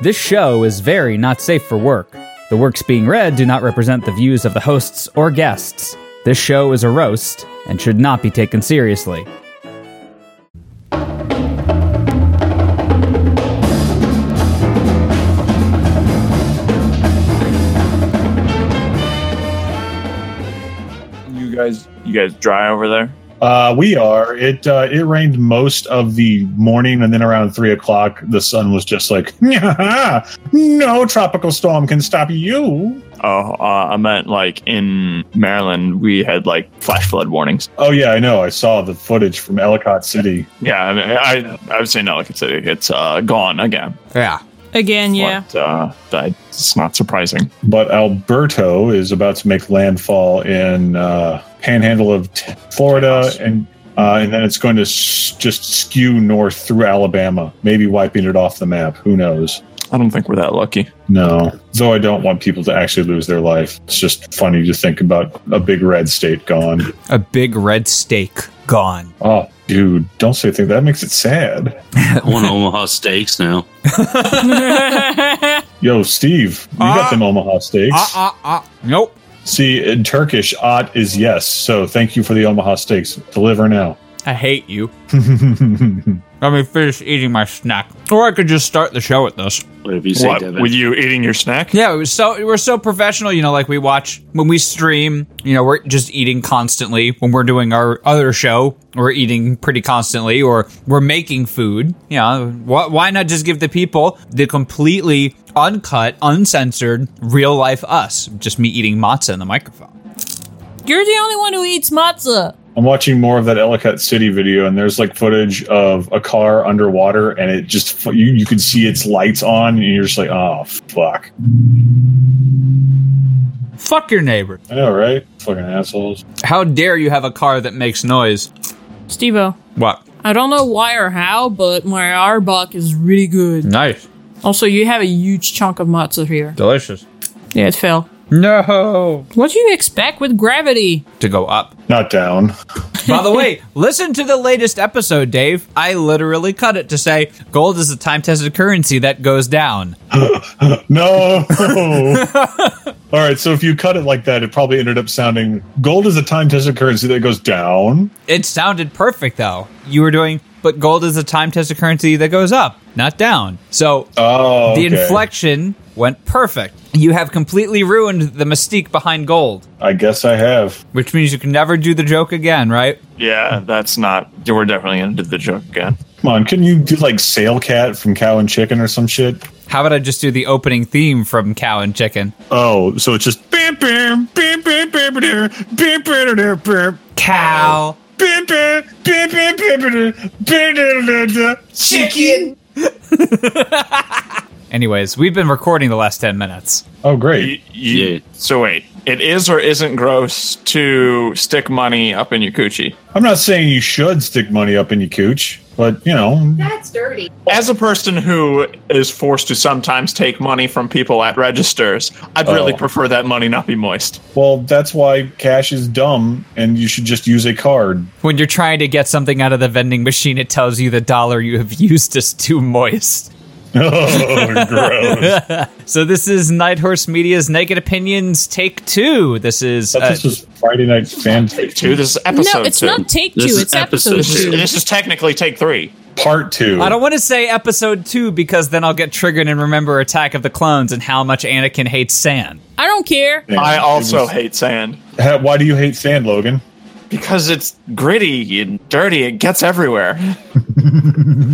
This show is very not safe for work. The works being read do not represent the views of the hosts or guests. This show is a roast and should not be taken seriously. You guys, you guys dry over there? Uh, we are. It uh, it rained most of the morning, and then around three o'clock, the sun was just like, no tropical storm can stop you. Oh, uh, I meant like in Maryland, we had like flash flood warnings. Oh yeah, I know. I saw the footage from Ellicott City. Yeah, I mean, I I was saying Ellicott City, it's uh, gone again. Yeah. Again, yeah. But, uh, that- it's not surprising. But Alberto is about to make landfall in uh, Panhandle of t- Florida, Texas. and uh, and then it's going to s- just skew north through Alabama, maybe wiping it off the map. Who knows? I don't think we're that lucky. No, though I don't want people to actually lose their life. It's just funny to think about a big red state gone. A big red steak gone. Oh, dude, don't say things. That makes it sad. one Omaha Steaks now. Yo, Steve, you Ah. got them Omaha steaks. Ah, ah, ah. Nope. See, in Turkish, "at" is yes. So thank you for the Omaha steaks. Deliver now. I hate you. Let me finish eating my snack. Or I could just start the show with this. What have you said, What, Devin? with you eating your snack? Yeah, it was so we're so professional, you know, like we watch when we stream, you know, we're just eating constantly. When we're doing our other show, we're eating pretty constantly or we're making food. You know, wh- why not just give the people the completely uncut, uncensored, real life us? Just me eating matzah in the microphone. You're the only one who eats matzah. I'm watching more of that Ellicott City video, and there's like footage of a car underwater, and it just you you can see its lights on, and you're just like, oh fuck. Fuck your neighbor. I know, right? Fucking assholes. How dare you have a car that makes noise? Stevo, What? I don't know why or how, but my Arbok is really good. Nice. Also, you have a huge chunk of matzah here. Delicious. Yeah, it fell. No. What do you expect with gravity? To go up. Not down. By the way, listen to the latest episode, Dave. I literally cut it to say gold is the time tested currency that goes down. No. All right. So if you cut it like that, it probably ended up sounding gold is a time tested currency that goes down. It sounded perfect though. You were doing, but gold is the time tested currency that goes up, not down. So Oh, the okay. inflection went perfect. You have completely ruined the mystique behind gold, I guess I have. which means you can never do the joke again, right? Yeah, that's not. We're definitely gonna do the joke again. Come on, couldn't you do like Sail Cat from Cow and Chicken or some shit? How about I just do the opening theme from Cow and Chicken? Oh, so it's just bam, bam, bam, bam, bam, bam, bam, bam, bam, bam, bam. Cow. Bam, bam, bam, bam, bam, bam, bam, bam, bam, bam. Chicken. Anyways, we've been recording the last 10 minutes. Oh, great. You, you, Yeah. So wait, it is or isn't gross to stick money up in your coochie? I'm not saying you should stick money up in your cooch, but you know, That's dirty. As a person who is forced to sometimes take money from people at registers, I'd really Oh. prefer that money not be moist. well, that's why cash is dumb and you should just use a card. When you're trying to get something out of the vending machine, it tells you the dollar you have used is too moist. Oh, gross. So this is Night Horse Media's Naked Opinions Take Two. This is But uh, this was Friday Night Fan Fiction Two. This is episode no, it's two. not take two, This is it's episode, episode two. two. this is technically take three. Part 2. I don't want to say episode two because then I'll get triggered and remember Attack of the Clones and how much Anakin hates sand. I don't care. Yeah, I it also was- hate sand Ha- Why do you hate sand, Logan? because it's gritty and dirty. It gets everywhere.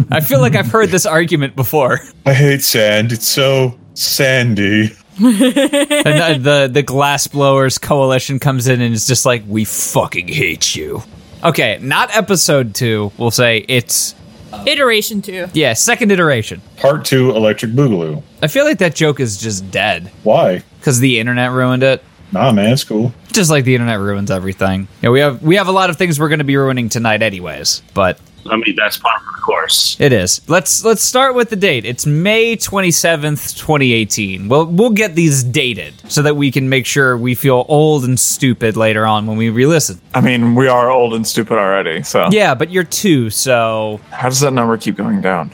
I feel like I've heard this argument before. I hate sand. It's so sandy. And uh, the the glass blowers coalition comes in and is just like, "We fucking hate you." Okay, not episode two. We'll say it's Iteration two. yeah, second iteration. Part 2 Electric Boogaloo. I feel like that joke is just dead Why? because the internet ruined it. Nah, man, it's cool. Just like the internet ruins everything. Yeah, we have we have a lot of things we're going to be ruining tonight, anyways. But I mean, that's part of the course. it is. Let's let's start with the date. It's May twenty seventh, twenty eighteen. We'll we'll get these dated so that we can make sure we feel old and stupid later on when we re-listen. I mean, we are old and stupid already. So Yeah, but you're two, so how does that number keep going down?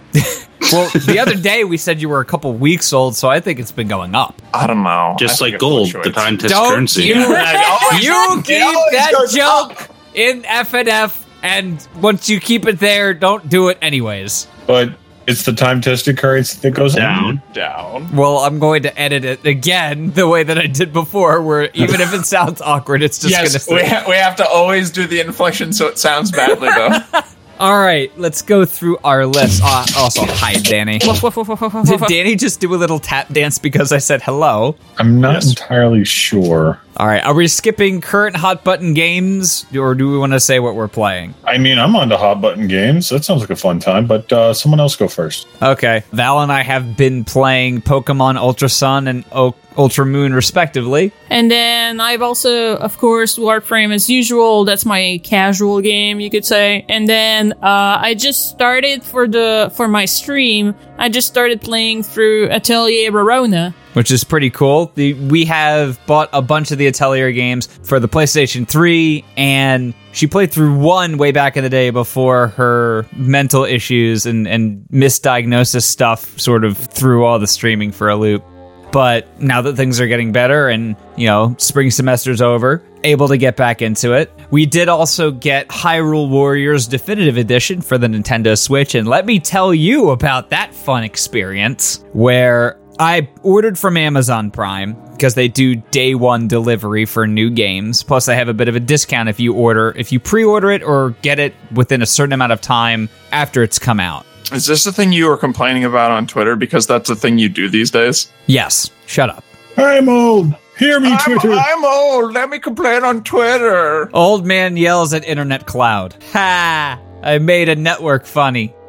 Well, the other day we said you were a couple weeks old, so I think it's been going up. I don't know. Just I like think it gold, the fluctuates. time test Don't currency. you- I always- you it keep always that goes joke in FNF, and once you keep it there, don't do it anyways. but it's the time tested currency that goes Down. down. Well, I'm going to edit it again the way that I did before, where even if it sounds awkward, it's just going to Yes, we, ha- we have to always do the inflection so it sounds badly though. All right, let's go through our list. Uh, also, hi, Danny. Did Danny just do a little tap dance because I said hello? I'm not entirely sure. All right, are we skipping current hot button games, or do we want to say what we're playing? I mean, I'm onto hot button games. That sounds like a fun time, but uh, someone else go first. Okay, Val and I have been playing Pokemon Ultra Sun and o- Ultra Moon, respectively. And then I've also, of course, Warframe as usual. That's my casual game, you could say. And then uh, I just started for the for my stream. I just started playing through Atelier Verona. which is pretty cool. The, we have bought a bunch of the Atelier games for the PlayStation 3, and she played through one way back in the day before her mental issues and, and misdiagnosis stuff sort of threw all the streaming for a loop. But now that things are getting better and, you know, spring semester's over, able to get back into it. We did also get Hyrule Warriors Definitive Edition for the Nintendo Switch. And let me tell you about that fun experience where I ordered from Amazon Prime because they do day one delivery for new games. Plus, they have a bit of a discount if you order, if you pre order it or get it within a certain amount of time after it's come out. Is this the thing you were complaining about on Twitter? Because that's the thing you do these days. Yes, shut up. I'm old. Hear me, I'm, Twitter. I'm old. Let me complain on Twitter. Old man yells at internet cloud. Ha! I made a network funny.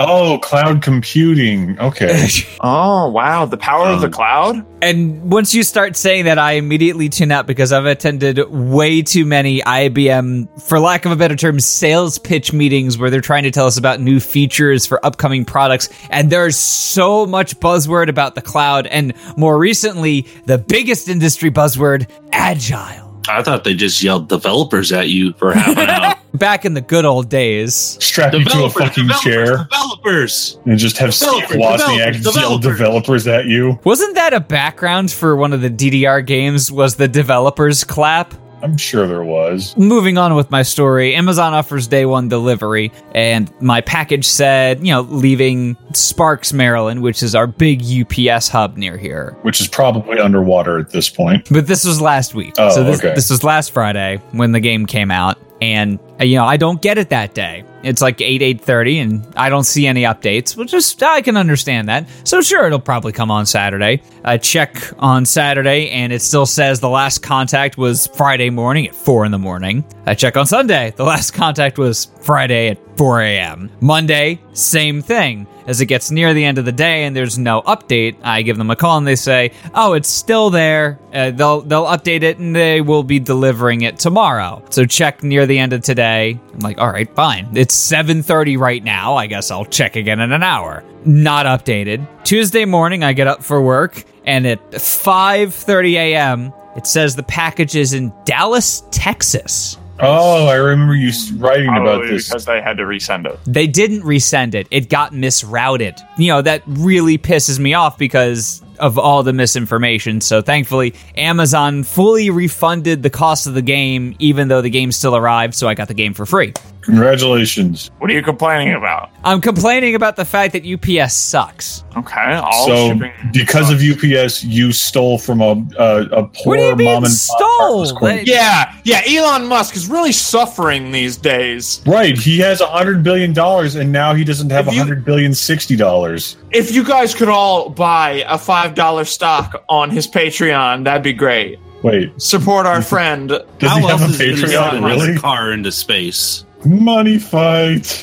oh, cloud computing. Okay. Oh wow, the power of the cloud. And once you start saying that, I immediately tune out because I've attended way too many IBM, for lack of a better term, sales pitch meetings where they're trying to tell us about new features for upcoming products. And there's so much buzzword about the cloud. And more recently, the biggest industry buzzword, agile. I thought they just yelled developers at you for half an hour. Back in the good old days, Strap me to a fucking developers, chair Developers. and just have Steve Developers, Wozniak developers, yell developers at you. Wasn't that a background for one of the DDR games? Was the developers clap? I'm sure there was. Moving on with my story, Amazon offers day one delivery, and my package said, you know, leaving Sparks, Maryland, which is our big UPS hub near here. which is probably underwater at this point. But this was last week. Oh, so this, okay. this was last Friday when the game came out. And uh, you know, I don't get it that day. It's like eight eight thirty, and I don't see any updates, which is I can understand that. So sure, it'll probably come on Saturday. I check on Saturday, and it still says the last contact was Friday morning at four in the morning. I check on Sunday, the last contact was Friday at four a.m. Monday, same thing. As it gets near the end of the day and there's no update, I give them a call and they say, "Oh, it's still there. Uh, they'll they'll update it and they will be delivering it tomorrow. So check near the end of today." I'm like, "All right, fine. It's 7:30 right now. I guess I'll check again in an hour." Not updated. Tuesday morning, I get up for work and at 5:30 a.m. it says the package is in Dallas, Texas. Oh, I remember you s- writing about Probably this. because they had to resend it. They didn't resend it. It got misrouted. You know, that really pisses me off because of all the misinformation. So thankfully, Amazon fully refunded the cost of the game, even though the game still arrived. So I got the game for free. Congratulations. What are you complaining about? I'm complaining about the fact that UPS sucks. Okay, all So, shipping. because of UPS, you stole from a a, a poor do you mean mom and stole? pop breakfast queen. They- yeah, yeah, Elon Musk is really suffering these days. Right, he has a hundred billion dollars, and now he doesn't have a If you- hundred billion sixty dollars. If you guys could all buy a five dollar stock on his Patreon, that'd be great. Wait, Support our friend. does How he have else a is going to Patreon? send Really? a car into space? Money fight.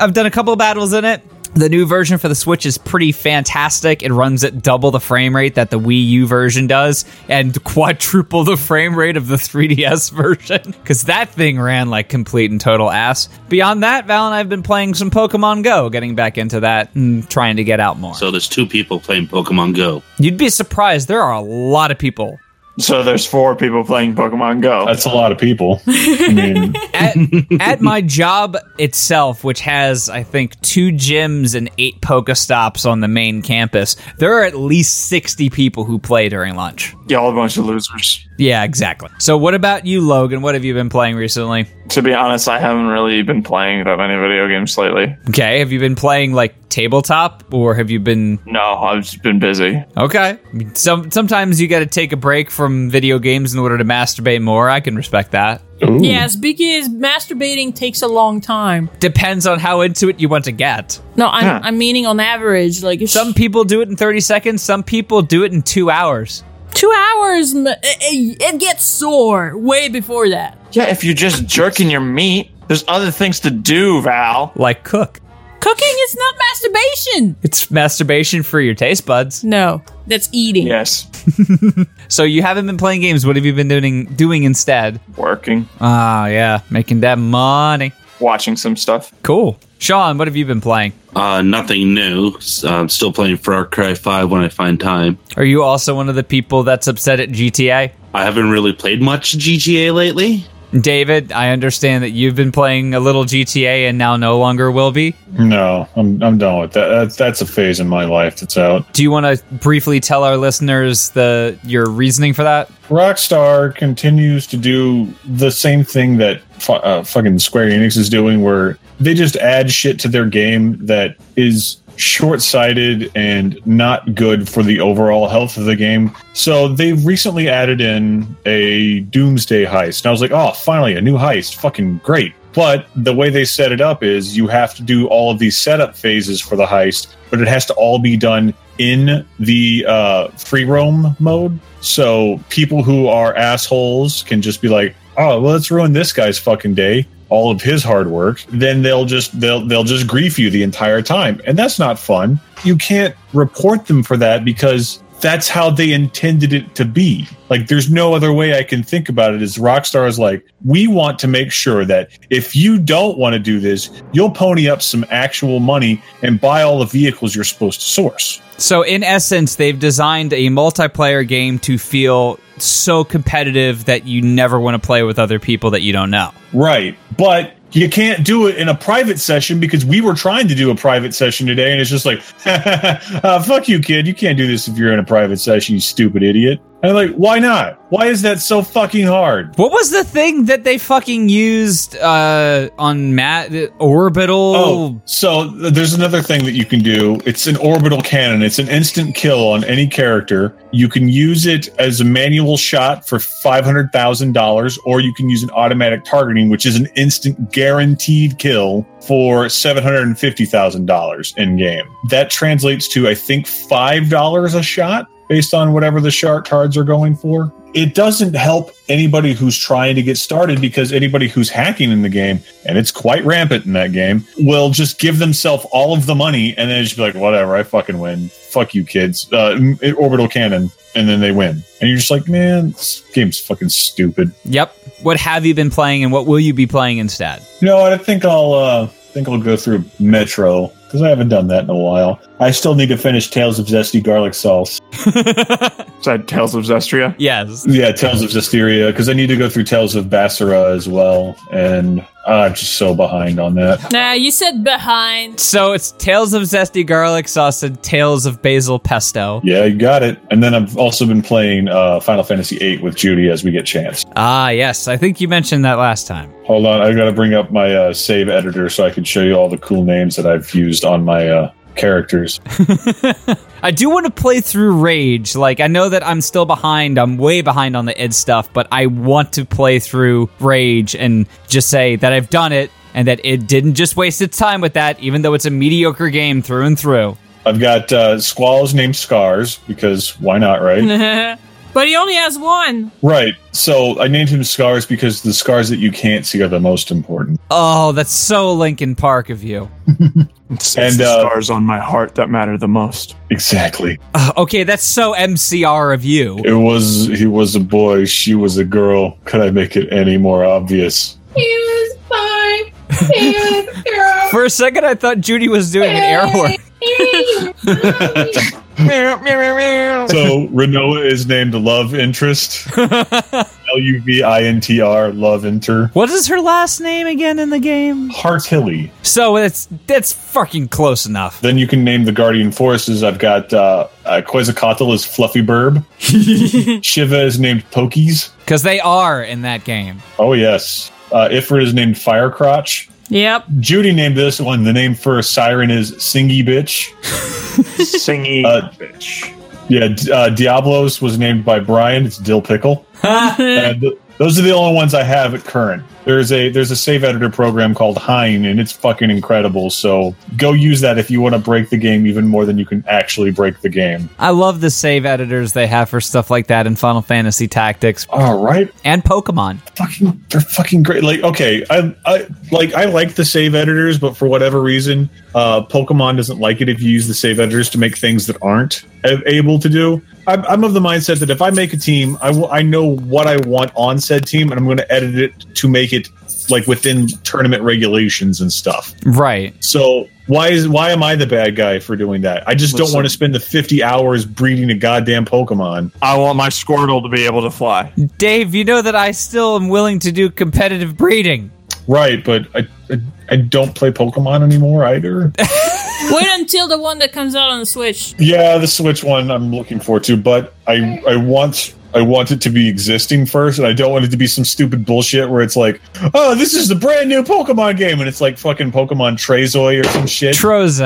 I've done a couple battles in it. The new version for the Switch is pretty fantastic. It runs at double the frame rate that the Wii U version does and quadruple the frame rate of the 3DS version because that thing ran like complete and total ass. Beyond that, Val and I have been playing some Pokemon Go, getting back into that and trying to get out more. So there's two people playing Pokemon Go. You'd be surprised. There are a lot of people So there's four people playing Pokemon Go. That's a lot of people. I mean, at, at my job itself, which has, I think, two gyms and eight Pokestops on the main campus, there are at least 60 people who play during lunch. Y'all a bunch of losers. Yeah, exactly. So, what about you, Logan? What have you been playing recently? To be honest, I haven't really been playing that many video games lately. Okay, have you been playing like tabletop or have you been. No, I've just been busy. Okay. I mean, Some, sometimes you got to take a break from video games in order to masturbate more. I can respect that. ooh. Yes, because masturbating takes a long time. Depends on how into it you want to get. No, I'm, I'm meaning on average, like if Some people do it in 30 seconds, some people do it in two hours. two hours, m- it, it gets sore way before that. Yeah, if you're just jerking your meat, there's other things to do, Val. Like cook. Cooking is not masturbation. It's masturbation for your taste buds. No, that's eating. Yes, So you haven't been playing games. What have you been doing doing instead? working, Ah, yeah, making that money. watching some stuff. Cool. Sean, what have you been playing? Uh, nothing new. S- I'm still playing Far Cry 5 when I find time. Are you also one of the people that's upset at GTA? I haven't really played much GGA lately. David, I understand that you've been playing a little GTA and now no longer will be. no, I'm I'm done with that. That's that's a phase in my life that's out. Do you want to briefly tell our listeners the your reasoning for that? Rockstar continues to do the same thing that fu- uh, fucking Square Enix is doing, where they just add shit to their game that is short sighted and not good for the overall health of the game. So they've recently added in a Doomsday heist. And I was like, oh, finally, a new heist. Fucking great. But the way they set it up is you have to do all of these setup phases for the heist, but it has to all be done in the uh, free roam mode. So people who are assholes can just be like, "Oh, well, let's ruin this guy's fucking day, all of his hard work." Then they'll just they'll they'll just grief you the entire time, and that's not fun. You can't report them for that because that's how they intended it to be. Like, there's no other way I can think about it. Is Rockstar is like, we want to make sure that if you don't want to do this, you'll pony up some actual money and buy all the vehicles you're supposed to source. So, in essence, they've designed a multiplayer game to feel so competitive that you never want to play with other people that you don't know. Right. But you can't do it in a private session because we were trying to do a private session today, and it's just like, uh, fuck you, kid. You can't do this if you're in a private session, you stupid idiot. And I'm like, why not? Why is that so fucking hard? What was the thing that they fucking used uh, on Matt Orbital? Oh, so th- there's another thing that you can do. It's an orbital cannon. It's an instant kill on any character. You can use it as a manual shot for five hundred thousand dollars, or you can use an automatic targeting, which is an instant guaranteed kill for seven hundred and fifty thousand dollars in game. That translates to I think five dollars a shot based on whatever the shark cards are going for. It doesn't help anybody who's trying to get started because anybody who's hacking in the game, and it's quite rampant in that game, will just give themselves all of the money and then just be like, whatever, I fucking win. Fuck you, kids. Uh, m- orbital cannon. And then they win. And you're just like, man, this game's fucking stupid. Yep. What have you been playing and what will you be playing instead? You know what? I think I'll uh, think I'll go through Metro because I haven't done that in a while. I still need to finish Tales of Zesty Garlic Sauce. Said Tales of Zestria. Yes. Yeah, Tales of Zestiria, because I need to go through Tales of Bassora as well, and I'm just so behind on that. Nah, you said behind. So it's Tales of Zesty Garlic Sauce and Tales of Basil Pesto. Yeah, you got it. And then I've also been playing uh, Final Fantasy VIII with Judy as we get chance. Ah, yes. I think you mentioned that last time. Hold on, I got to bring up my uh, save editor so I can show you all the cool names that I've used on my uh, characters. I do want to play through Rage. Like, I know that I'm still behind. I'm way behind on the id stuff, but I want to play through Rage and just say that I've done it and that it didn't just waste its time with that, even though it's a mediocre game through and through. I've got uh, Squall's named Scars because why not, right? But he only has one. right. So I named him Scars because the scars that you can't see are the most important. Oh, that's so Linkin Park of you. It's, And, it's the uh, stars on my heart that matter the most. Exactly. Uh, okay, that's so MCR of you. It was he was a boy, she was a girl. Could I make it any more obvious? For a second, I thought Judy was doing an air horn. So Renoa is named Love Interest. L U V I N T R Love Inter. What is her last name again in the game? Heart Hilly. So it's that's fucking close enough. Then you can name the Guardian Forces. I've got uh, uh, Quetzalcoatl is Fluffy Burb. Shiva is named Pokies. Because they are in that game. Oh, yes. Uh, Ifrit is named Firecrotch. Yep. Judy named this one. The name for Siren is Singy Bitch. Singy Uh, bitch. Yeah, D- uh, Diablos was named by Brian. It's Dill Pickle. and th- those are the only ones I have at current. There's a there's a save editor program called Hine, and it's fucking incredible. So go use that if you want to break the game even more than you can actually break the game. I love the save editors they have for stuff like that in Final Fantasy Tactics All right, and Pokemon. fucking they're fucking great. Like okay, I I like I like the save editors, but for whatever reason, uh, Pokemon doesn't like it if you use the save editors to make things that aren't a- able to do. I'm, I'm of the mindset that if I make a team, I will I know what I want on said team, and I'm going to edit it to make it like within tournament regulations and stuff. Right. So why is why am I the bad guy for doing that? I just don't Listen. want to spend the 50 hours breeding a goddamn Pokemon. I want my Squirtle to be able to fly. Dave, you know that I still am willing to do competitive breeding. Right, but I I, I don't play Pokemon anymore either. Wait until the one that comes out on the Switch. Yeah, the Switch one I'm looking forward to, but I I want I want it to be existing first, and I don't want it to be some stupid bullshit where it's like, oh, this is the brand new Pokemon game, and it's like fucking Pokemon Trezoy or some shit. Troze,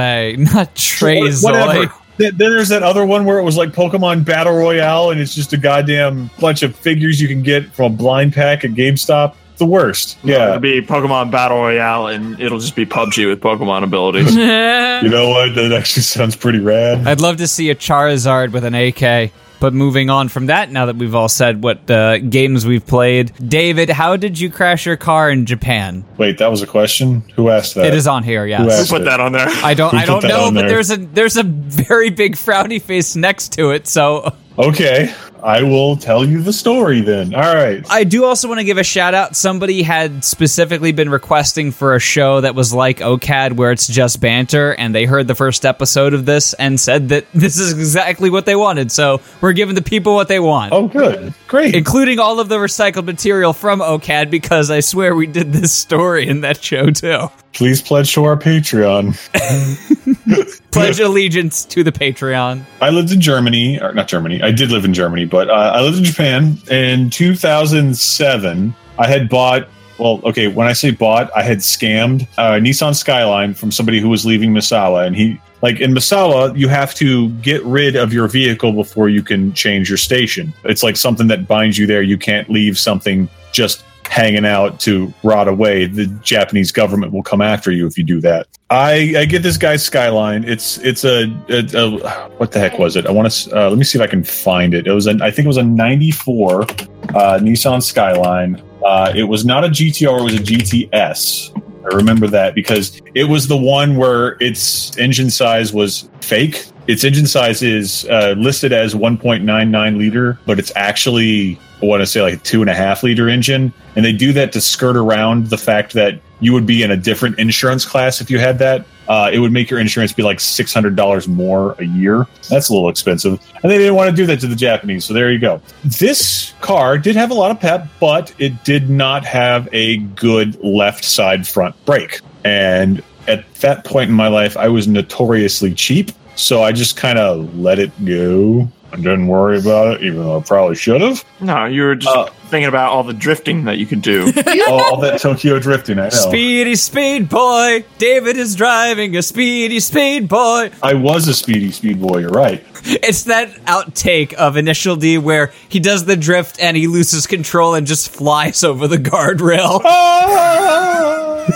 not Trezoy. Whatever. Th- Then there's that other one where it was like Pokemon Battle Royale, and it's just a goddamn bunch of figures you can get from a blind pack at GameStop. The worst. It'll Yeah. be Pokemon Battle Royale, and it'll just be PUBG with Pokemon abilities. You know what? That actually sounds pretty rad. I'd love to see a Charizard with an AK. But moving on from that, now that we've all said what uh, games we've played, David, how did you crash your car in Japan? Wait, that was a question. Who asked that? It is on here, yes. Who Who put that on there? I don't, Who I put don't that know, on but there? there's a there's a very big frowny face next to it. So Okay, I will tell you the story then. All right. I do also want to give a shout out. Somebody had specifically been requesting for a show that was like OCAD, where it's just banter, and they heard the first episode of this and said that this is exactly what they wanted. So we're giving the people what they want. Oh, good. Great. including all of the recycled material from OCAD because I swear we did this story in that show too. Please pledge to our Patreon. Pledge allegiance to the Patreon. I lived in Germany, or not Germany. I did live in Germany, but uh, I lived in Japan in 2007. I had bought, well, okay, when I say bought, I had scammed a Nissan Skyline from somebody who was leaving Misawa. And he, like in Misawa, you have to get rid of your vehicle before you can change your station. It's like something that binds you there. You can't leave something just hanging out to rot away. The Japanese government will come after you if you do that. I, I get this guy's skyline. It's it's a, a, a what the heck was it? I want to uh, let me see if I can find it. It was an I think it was a '94 uh, Nissan Skyline. Uh, it was not a GTR. It was a GTS. I remember that because it was the one where its engine size was fake. Its engine size is uh, listed as 1.99 liter, but it's actually I want to say like a two and a half liter engine, and they do that to skirt around the fact that you would be in a different insurance class if you had that. Uh, it would make your insurance be like six hundred dollars more a year. That's a little expensive, and they didn't want to do that to the Japanese. So there you go. This car did have a lot of pep, but it did not have a good left side front brake. And at that point in my life, I was notoriously cheap, so I just kind of let it go. I didn't worry about it, even though I probably should have. No, you were just Uh, thinking about all the drifting that you could do. all, all that Tokyo drifting. I know. Speedy speed boy. David is driving a speedy speed boy. I was a speedy speed boy. You're right. It's that outtake of Initial D where he does the drift and he loses control and just flies over the guardrail.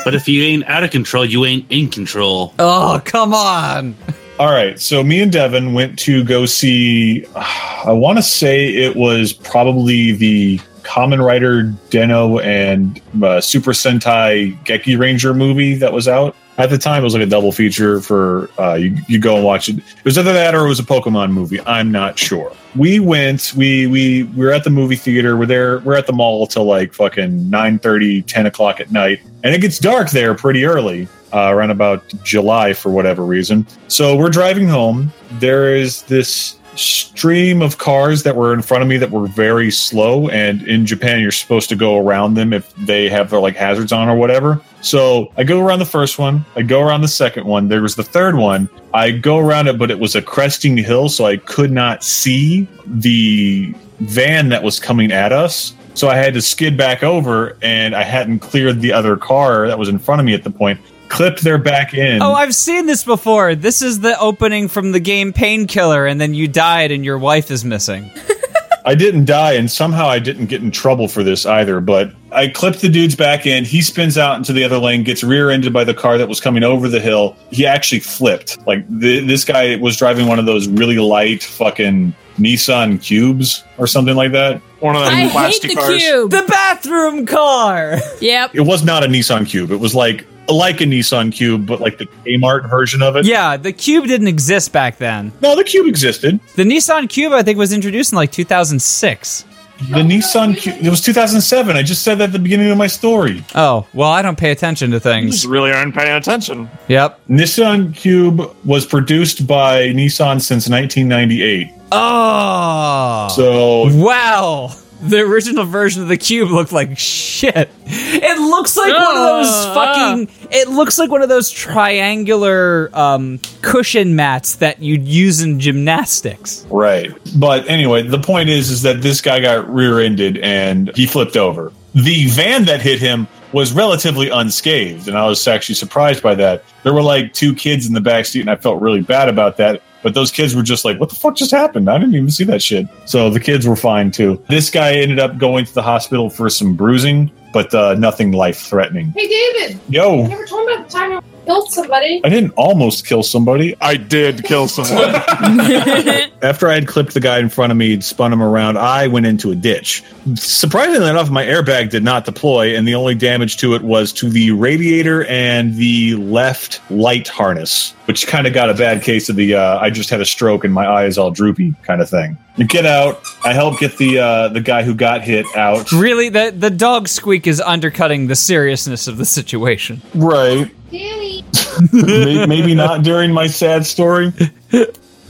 But if you ain't out of control, you ain't in control. Oh, come on. All right. So me and Devin went to go see. I want to say it was probably the Common Rider Deno and uh, Super Sentai Geki Ranger movie that was out at the time. It was like a double feature for uh, you. You go and watch it. It was either that or it was a Pokemon movie. I'm not sure. We went. We we we were at the movie theater. We're there. We're at the mall till like fucking 9 10 o'clock at night, and it gets dark there pretty early uh, around about July for whatever reason. So we're driving home, there is this stream of cars that were in front of me that were very slow and in Japan you're supposed to go around them if they have their like hazards on or whatever. So I go around the first one, I go around the second one, there was the third one. I go around it but it was a cresting hill so I could not see the van that was coming at us. So I had to skid back over and I hadn't cleared the other car that was in front of me at the point. Clipped their back in. Oh, I've seen this before. This is the opening from the game Painkiller, and then you died and your wife is missing. I didn't die, and somehow I didn't get in trouble for this either. But I clipped the dude's back end. He spins out into the other lane, gets rear ended by the car that was coming over the hill. He actually flipped. Like, th- this guy was driving one of those really light fucking Nissan cubes or something like that. One of them I hate plastic the cars. cube. The bathroom car! Yep. It was not a Nissan cube. It was like like a Nissan cube, but like the Kmart version of it. yeah, the cube didn't exist back then. No, the cube existed. The Nissan Cube, I think, was introduced in like 2006. The Nissan cube. It was 2007. I just said that at the beginning of my story. Oh, well, I don't pay attention to Just things. really aren't paying attention. Yep. Nissan Cube was produced by Nissan since 1998. Oh. So Wow. The original version of the cube looked like shit. It looks like one of those Ugh. fucking. It looks like one of those triangular um, cushion mats that you'd use in gymnastics. Right. But anyway, the point is is that this guy got rear-ended and he flipped over. The van that hit him was relatively unscathed, and I was actually surprised by that. There were like two kids in the back seat, and I felt really bad about that. But those kids were just like, "What the fuck just happened? I didn't even see that shit." So the kids were fine too. This guy ended up going to the hospital for some bruising, but uh, nothing life-threatening. Hey, David, you Yo, never told me about the time you killed somebody. I didn't almost kill somebody. I did kill someone. After I had clipped the guy in front of me and spun him around, I went into a ditch. Surprisingly enough, my airbag did not deploy, and the only damage to it was to the radiator and the left light harness, which kind of got a bad case of the uh, I just had a stroke and my eye is all droopy kind of thing. You get out. I help get the uh, the guy who got hit out. Really, the the dog squeak is undercutting the seriousness of the situation. Right. Danny. May- maybe not during my sad story.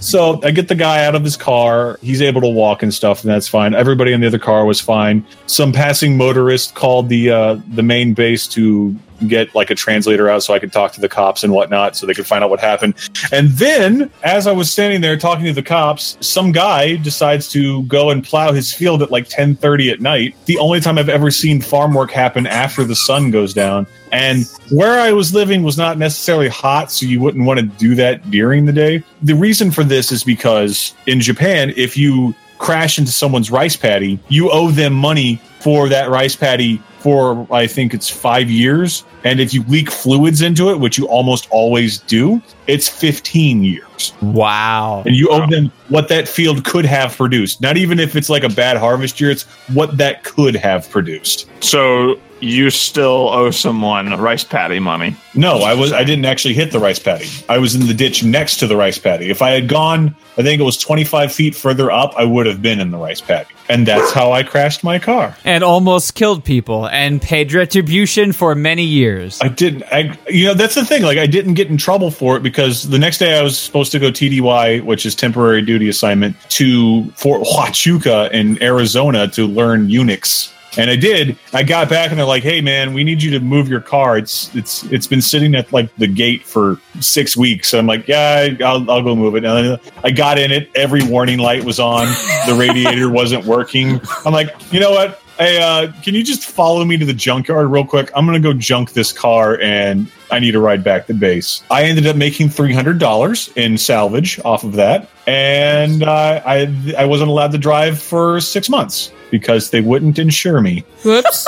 So I get the guy out of his car. He's able to walk and stuff, and that's fine. Everybody in the other car was fine. Some passing motorist called the uh, the main base to get like a translator out so I could talk to the cops and whatnot, so they could find out what happened. And then, as I was standing there talking to the cops, some guy decides to go and plow his field at like ten thirty at night. The only time I've ever seen farm work happen after the sun goes down. And where I was living was not necessarily hot, so you wouldn't want to do that during the day. The reason for this is because in Japan, if you crash into someone's rice paddy, you owe them money for that rice paddy for, I think it's five years. And if you leak fluids into it, which you almost always do, it's 15 years. Wow. And you owe them what that field could have produced. Not even if it's like a bad harvest year, it's what that could have produced. so you still owe someone rice patty money. No, I was. I didn't actually hit the rice paddy. I was in the ditch next to the rice paddy. If I had gone, I think it was 25 feet further up, I would have been in the rice paddy, and that's how I crashed my car. And almost killed people and paid retribution for many years. I didn't. I, you know, that's the thing. Like, I didn't get in trouble for it because the next day I was supposed to go TDY, which is temporary duty assignment, to Fort Huachuca in Arizona to learn Unix. And I did. I got back and they're like, "Hey, man, we need you to move your car. It's it's it's been sitting at like the gate for six weeks." So I'm like, "Yeah, I- I'll, I'll go move it." And I got in it. Every warning light was on. The radiator wasn't working. I'm like, you know what? Hey, uh, can you just follow me to the junkyard real quick? I'm gonna go junk this car, and I need to ride back to base. I ended up making three hundred dollars in salvage off of that, and uh, I I wasn't allowed to drive for six months because they wouldn't insure me. Whoops.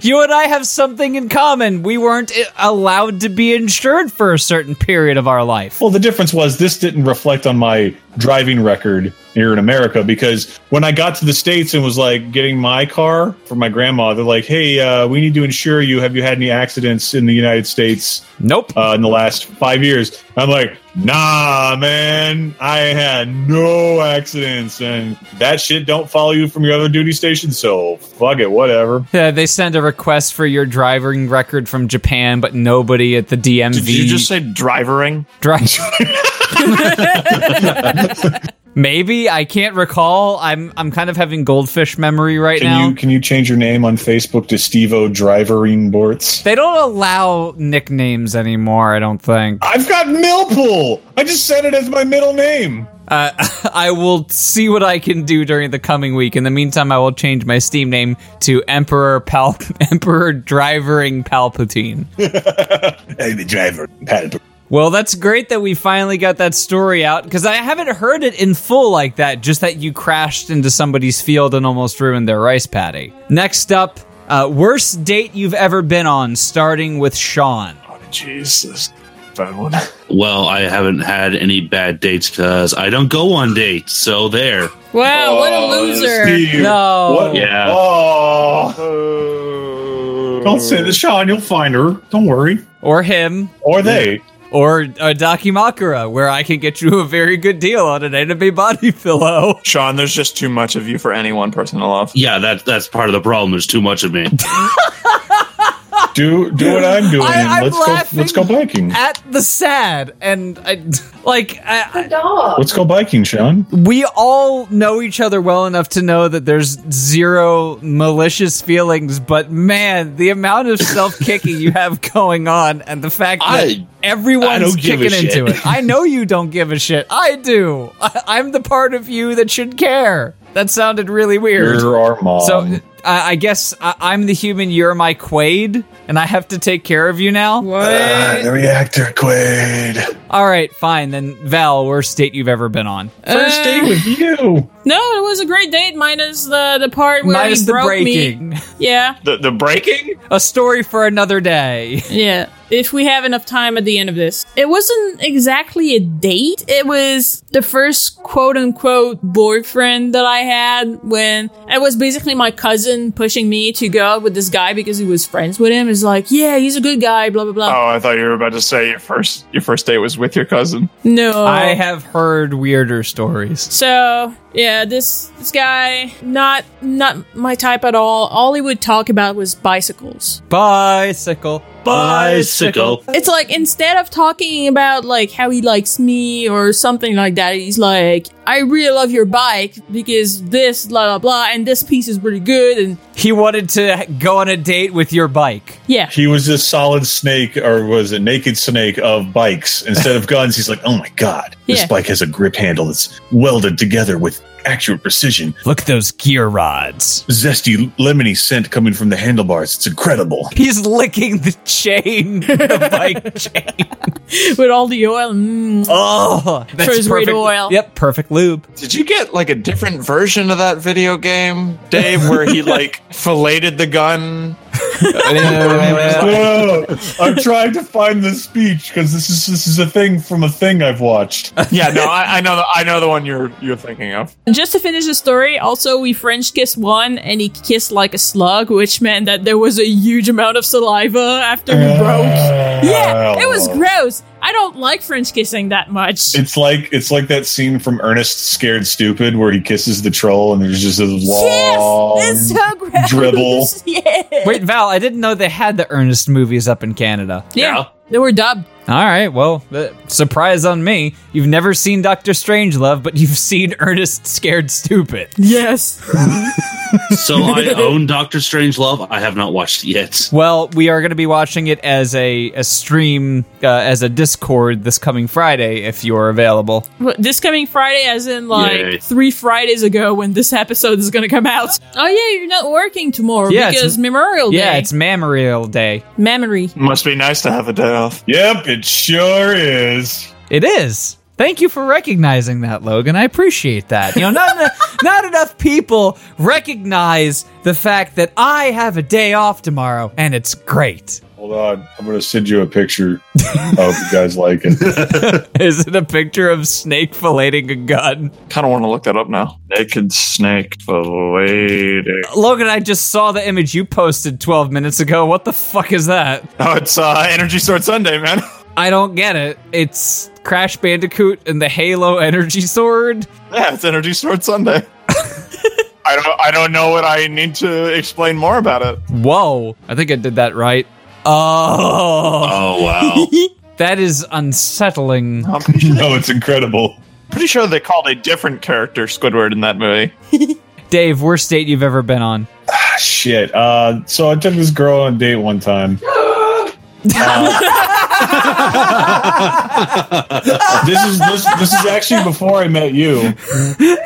You and I have something in common. We weren't i- allowed to be insured for a certain period of our life. Well, the difference was this didn't reflect on my driving record here in America because when I got to the States and was like getting my car for my grandma, they're like, hey, uh, we need to insure you. Have you had any accidents in the United States Nope. uh, in the last five years? I'm like, nah, man, I had no accidents. And that shit don't follow you from your other duty station. So fuck it, whatever. Yeah, Uh, they send a request for your driving record from Japan, but nobody at the DMV. Did you just say drivering? drive? Maybe I can't recall. I'm I'm kind of having goldfish memory right Can now. you can you change your name on Facebook to Stevo Drivering Borts? They don't allow nicknames anymore. I don't think. I've got Millpool. I just said it as my middle name. Uh, I will see what I can do during the coming week. In the meantime, I will change my Steam name to Emperor Pal Emperor Drivering Palpatine. Hey, the driver. Pat- Well, that's great that we finally got that story out because I haven't heard it in full like that, just that you crashed into somebody's field and almost ruined their rice paddy. Next up, uh, worst date you've ever been on, starting with Sean. Oh, Jesus. Bad one. Well, I haven't had any bad dates because I don't go on dates. So there. Wow, what a Oh, loser. Steve. No. What? Yeah. Oh. Oh. Don't say this, Sean. You'll find her. Don't worry. Or him. Or they. Or uh, Dakimakura, where I can get you a very good deal on an anime body pillow. Sean, there's just too much of you for any one person to love. Yeah, that that's part of the problem. There's too much of me. Do do what I'm doing. I- I'm let's laughing go. Let's go biking. At the sad. And I, like, I, The dog. Let's go biking, Sean. we all know each other well enough to know that there's zero malicious feelings, but man, the amount of self kicking you have going on and the fact that I- I everyone's don't give a kicking into shit. it. I know you don't give a shit. I do. I, I'm the part of you that should care. That sounded really weird. You're our mom. so uh, I I guess I, I'm the human, you're my Quaid, and I have to take care of you now? What? the reactor Quaid. All right, fine. Then, Val, worst date you've ever been on. First date with you. No, it was a great date, minus the the part where Eh, Minus he the broke me. breaking. Yeah, The, the breaking? a story for another day. yeah. If we have enough time at the end of this, it wasn't exactly a date. It was the first quote unquote boyfriend that I had when it was basically my cousin pushing me to go out with this guy because he was friends with him. Is like, yeah, he's a good guy, blah blah blah. Oh, I thought you were about to say your first your first date was with your cousin. No, I have heard weirder stories. So yeah, this this guy not not my type at all. All he would talk about was bicycles. Bicycle, Bicycle. It's like instead of talking about like how he likes me or something like that, he's like, I really love your bike because this blah blah blah and this piece is really good and He wanted to go on a date with your bike. yeah. He was this solid snake, or was a naked snake of bikes instead of guns. He's like, oh my god, Yeah. this bike has a grip handle that's welded together with accurate precision. Look at those gear rods. Zesty lemony scent coming from the handlebars. It's incredible. He's licking the chain, the bike chain. With all the oil, mm. Oh, For his weird oil. Yep, perfect lube. Did you get like a different version of that video game, Dave, where he like filleted the gun? Uh, Whoa, I'm trying to find the speech because this is this is a thing from a thing I've watched. Yeah, no, I, I know the I know the one you're you're thinking of. just to finish the story. Also, we French kissed one, and he kissed like a slug, which meant that there was a huge amount of saliva after we broke. Yeah, it was Oh. gross. I don't like French kissing that much. It's like it's like that scene from Ernest Scared Stupid where he kisses the troll and there's just this long. yes, it's so gross. dribble. yeah. Wait, Val, I didn't know they had the Ernest movies up in Canada. yeah, Yeah. they were dubbed. All right, well, uh, surprise on me. You've never seen Doctor Strangelove, but you've seen Ernest Scared Stupid. Yes. so I own Doctor Strange Love. I have not watched it yet. Well, we are going to be watching it as a, a stream, uh, as a Discord this coming Friday if you're available. This coming Friday, as in like Yay. three Fridays ago when this episode is going to come out. Oh, yeah, you're not working tomorrow Yeah, it's- because Memorial Day. Yeah, it's Memorial Day. memory. Must be nice to have a day off. Yep, it sure is. It is. Thank you for recognizing that, Logan. I appreciate that. You know, not, enough, not enough people recognize the fact that I have a day off tomorrow, and it's great. Well, Hold on, I'm gonna send you a picture. I hope you guys like it. Is it a picture of Snake filleting a gun? Kind of want to look that up now. Naked snake filleting. Logan, I just saw the image you posted 12 minutes ago. What the fuck is that? Oh, it's uh, Energy Sword Sunday, man. I don't get it. It's Crash Bandicoot and the Halo Energy Sword. yeah, it's Energy Sword Sunday. I don't. I don't know what I need to explain more about it. Whoa. I think I did that right. Oh. Oh wow! That is unsettling. I'm pretty sure, No, it's incredible. pretty sure they called a different character Squidward in that movie. Dave, worst date you've ever been on. Ah, shit. Uh, so I took this girl on a date one time. Uh, this is this, this is actually before I met you.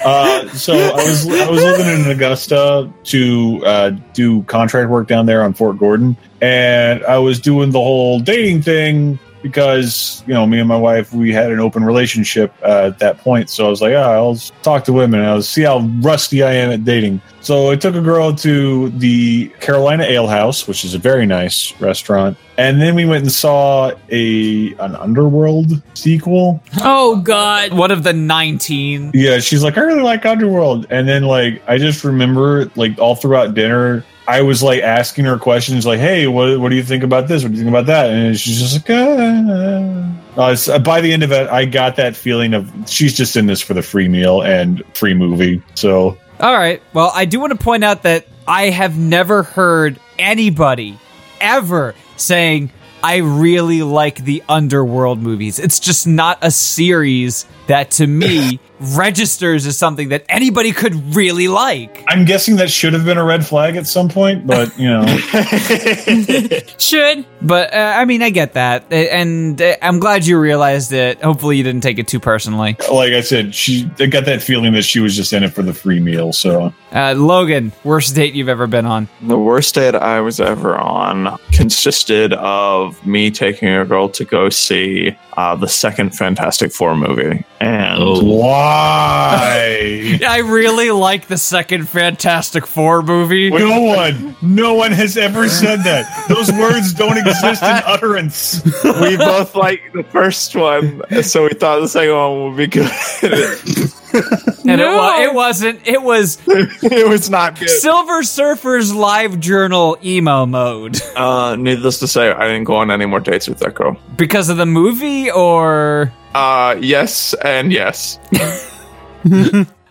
Uh, so I was I was living in Augusta to uh, do contract work down there on Fort Gordon, and I was doing the whole dating thing because you know me and my wife we had an open relationship uh, at that point. So I was like, ah, I'll talk to women. I'll see how rusty I am at dating. So I took a girl to the Carolina Ale House, which is a very nice restaurant, and then we went and saw a an Underworld sequel. Oh god. One of the 19. Yeah, she's like, I really like Underworld. And then like I just remember like all throughout dinner, I was like asking her questions like, Hey, what what do you think about this? What do you think about that? And she's just like, "Uh." uh, so by the end of it, I got that feeling of she's just in this for the free meal and free movie. So All right. Well, I do want to point out that I have never heard anybody ever saying, I really like the Underworld movies. It's just not a series that to me registers as something that anybody could really like. I'm guessing that should have been a red flag at some point, but you know, Should But uh, I mean, I get that. A- And uh, I'm glad you realized it. Hopefully, you didn't take it too personally. like I said, she I got that feeling that she was just in it for the free meal. So Uh, Logan, worst date you've ever been on. The worst date I was ever on consisted of me taking a girl to go see uh, the second Fantastic Four movie, and Oh, why? I really like the second Fantastic Four movie. No one, no one has ever said that. Those words don't exist in utterance. we both liked the first one, so we thought the second one would be good. And it, No. wa- it wasn't. It was it was not good. Silver Surfer's live journal emo mode Uh, needless to say, I didn't go on any more dates with that girl. because of the movie, or Uh, yes and yes.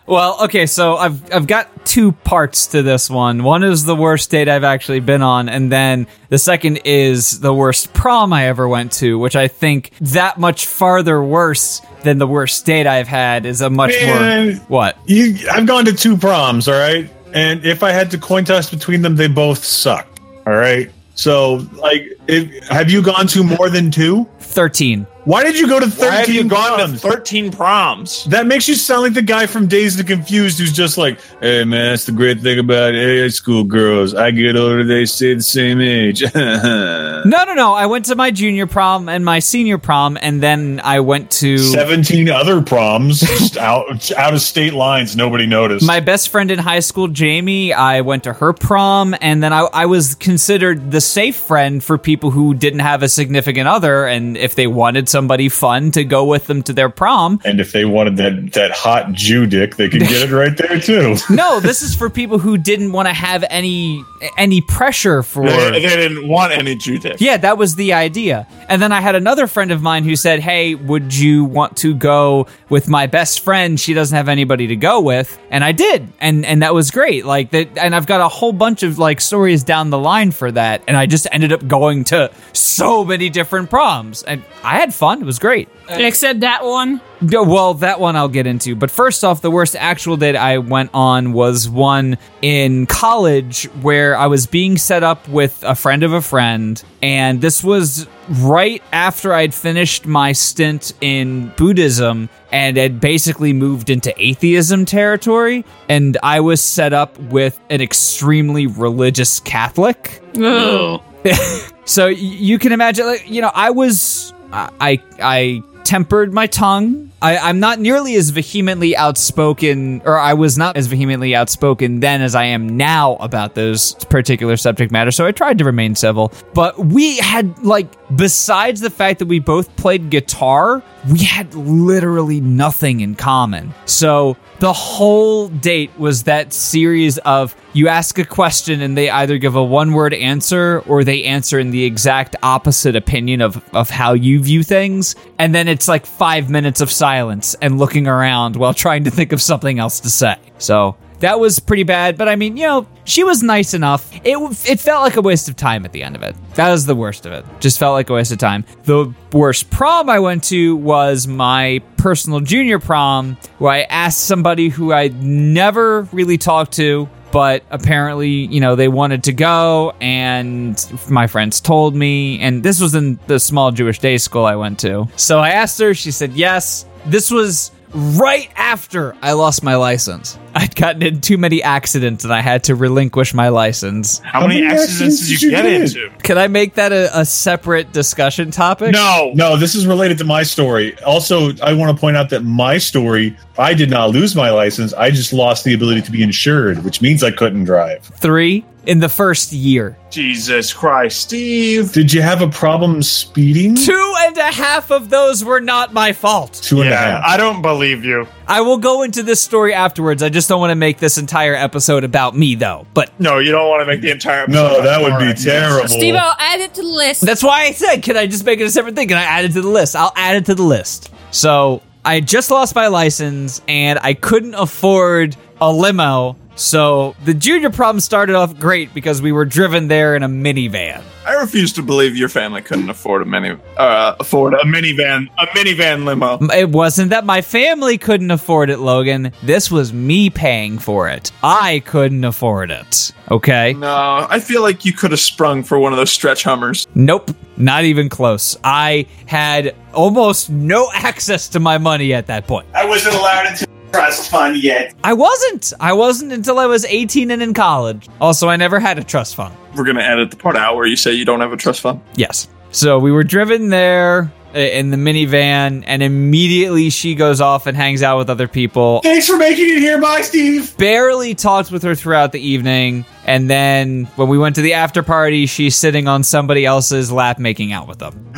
well, okay. So I've I've got two parts to this one. One is the worst date I've actually been on, and then the second is the worst prom I ever went to, which I think that much farther worse than the worst date I've had is a much more Man. what. You, I've gone to two proms, all right? And if I had to coin toss between them, they both suck, all right? So, like, if, have you gone to more than two? 13. Why did you go to 13 proms? thirteen proms? that makes you sound like the guy from Dazed and Confused who's just like, hey, man, that's the great thing about high school girls. I get older, they stay the same age. No, no, no. I went to my junior prom and my senior prom, and then I went to 17 other proms just out, out of state lines. Nobody noticed. My best friend in high school, Jamie, I went to her prom, and then I, I was considered the safe friend for people who didn't have a significant other, and if they wanted somebody fun to go with them to their prom. and if they wanted that, that hot Jew dick, they could get it right there, too. No, this is for people who didn't want to have any any pressure for. They, they didn't want any Judic. Yeah, that was the idea. And then I had another friend of mine who said, Hey, would you want to go with my best friend? She doesn't have anybody to go with. And I did. And and that was great. Like that and I've got a whole bunch of like stories down the line for that. And I just ended up going to so many different proms. And I had fun. It was great. except that one. Yeah, Well, that one I'll get into. But first off, the worst actual date I went on was one in college where I was being set up with a friend of a friend. And this was right after I'd finished my stint in Buddhism and had basically moved into atheism territory. And I was set up with an extremely religious Catholic. Ugh. oh. So y- you can imagine, like, you know, I was, I, I tempered my tongue. I, I'm not nearly as vehemently outspoken, or I was not as vehemently outspoken then as I am now about those particular subject matter. So I tried to remain civil. But we had, like, besides the fact that we both played guitar, we had literally nothing in common. So the whole date was that series of you ask a question and they either give a one word answer or they answer in the exact opposite opinion of, of how you view things. And then it's like five minutes of silence and looking around while trying to think of something else to say. So that was pretty bad, but I mean, you know, she was nice enough. It it felt like a waste of time at the end of it. That was the worst of it. Just felt like a waste of time. The worst prom I went to was my personal junior prom, where I asked somebody who I'd never really talked to but apparently, you know, they wanted to go, and my friends told me. And this was in the small Jewish day school I went to. So I asked her, she said yes. This was right after I lost my license. I'd gotten in too many accidents and I had to relinquish my license. How, many, accidents did you get into? Can I make that a, a separate discussion topic? No. No, this is related to my story. Also, I want to point out that my story, I did not lose my license. I just lost the ability to be insured, which means I couldn't drive. Three in the first year. Jesus Christ, Steve. Did you have a problem speeding? Two and a half of those were not my fault. Two and a half. Yeah, I don't believe you. I will go into this story afterwards. I just don't want to make this entire episode about me, though. But No, you don't want to make the entire. No, episode that would about be Sora. terrible. Steve, uh, I'll add it to the list. that's why I said, can I just make it a separate thing? Can I add it to the list? I'll add it to the list. So I just lost my license and I couldn't afford a limo. So the junior prom started off great because we were driven there in a minivan. I refuse to believe your family couldn't afford a mini uh, afford a minivan a minivan limo. It wasn't that my family couldn't afford it, Logan. This was me paying for it. I couldn't afford it. Okay? No, I feel like you could have sprung for one of those stretch hummers. Nope, not even close. I had almost no access to my money at that point. I wasn't allowed into the trust fund yet. I wasn't. I wasn't until I was 18 and in college. Also, I never had a trust fund. We're gonna edit the part out where you say you don't have a trust fund. Yes. So we were driven there uh, in the minivan, and immediately she goes off and hangs out with other people. Thanks for making it here, bye, Steve. barely talked with her throughout the evening. And then when we went to the after party, she's sitting on somebody else's lap making out with them.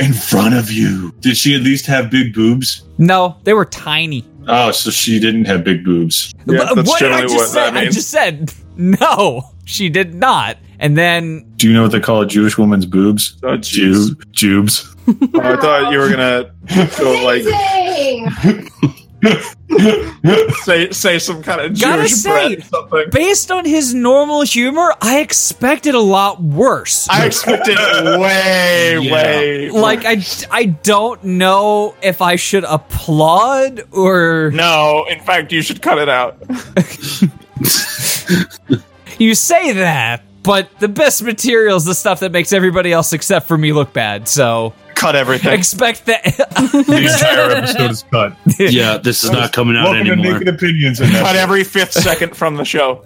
In front of you. Did she at least have big boobs? No, they were tiny. Oh, so she didn't have big boobs. Yeah, But that's what did I generally just what say? that I means. just said no. She did not. And then Do you know what they call a Jewish woman's boobs? Oh, jeez. Ju- Jubes. Oh, I thought you were gonna go like Amazing! say say some kind of Gotta Jewish say- bread or something. based on his normal humor, I expected a lot worse. I expected way, way. like I, I don't know if I should applaud or No, in fact, you should cut it out. You say that, but the best material is the stuff that makes everybody else except for me look bad. So Cut everything. expect that. The entire episode is cut. Yeah, this is not coming out Welcome to anymore. Naked Opinions. Cut That. every fifth second from the show.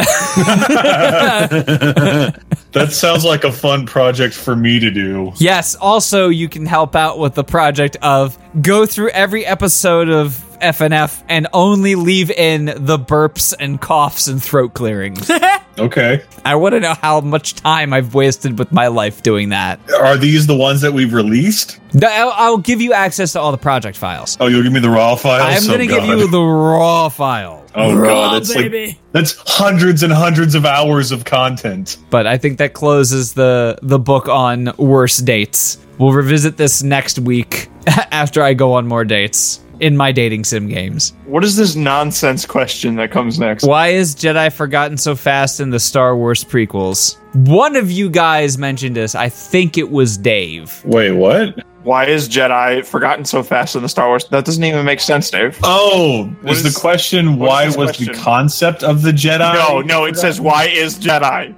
that sounds like a fun project for me to do. yes. Also, you can help out with the project of go through every episode of FNF and only leave in the burps and coughs and throat clearings. Okay. I want to know how much time I've wasted with my life doing that. Are these the ones that we've released? No, I'll, I'll give you access to all the project files. Oh, you'll give me the raw files. I'm Oh, going to give God. you the raw file. Oh Raw, god, that's baby. like that's hundreds and hundreds of hours of content. but I think that closes the the book on worse dates. We'll revisit this next week after I go on more dates in my dating sim games. What is this nonsense question that comes next? Why is Jedi forgotten so fast in the Star Wars prequels? One of you guys mentioned this. I think it was Dave. Wait, what? Why is Jedi forgotten so fast in the Star Wars? That doesn't even make sense, Dave. Oh, What is, is- the question what is why this was the question? concept of the Jedi? No, no, it says why is Jedi?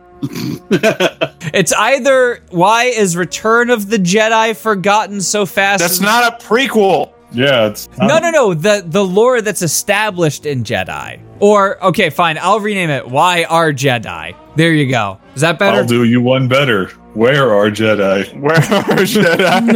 It's either why is Return of the Jedi forgotten so fast? That's not a prequel. Yeah, it's No, no, no. The the lore that's established in Jedi. Or okay, fine. I'll rename it. Why are Jedi? There you go. Is that better? I'll do you one better. Where are Jedi? Where are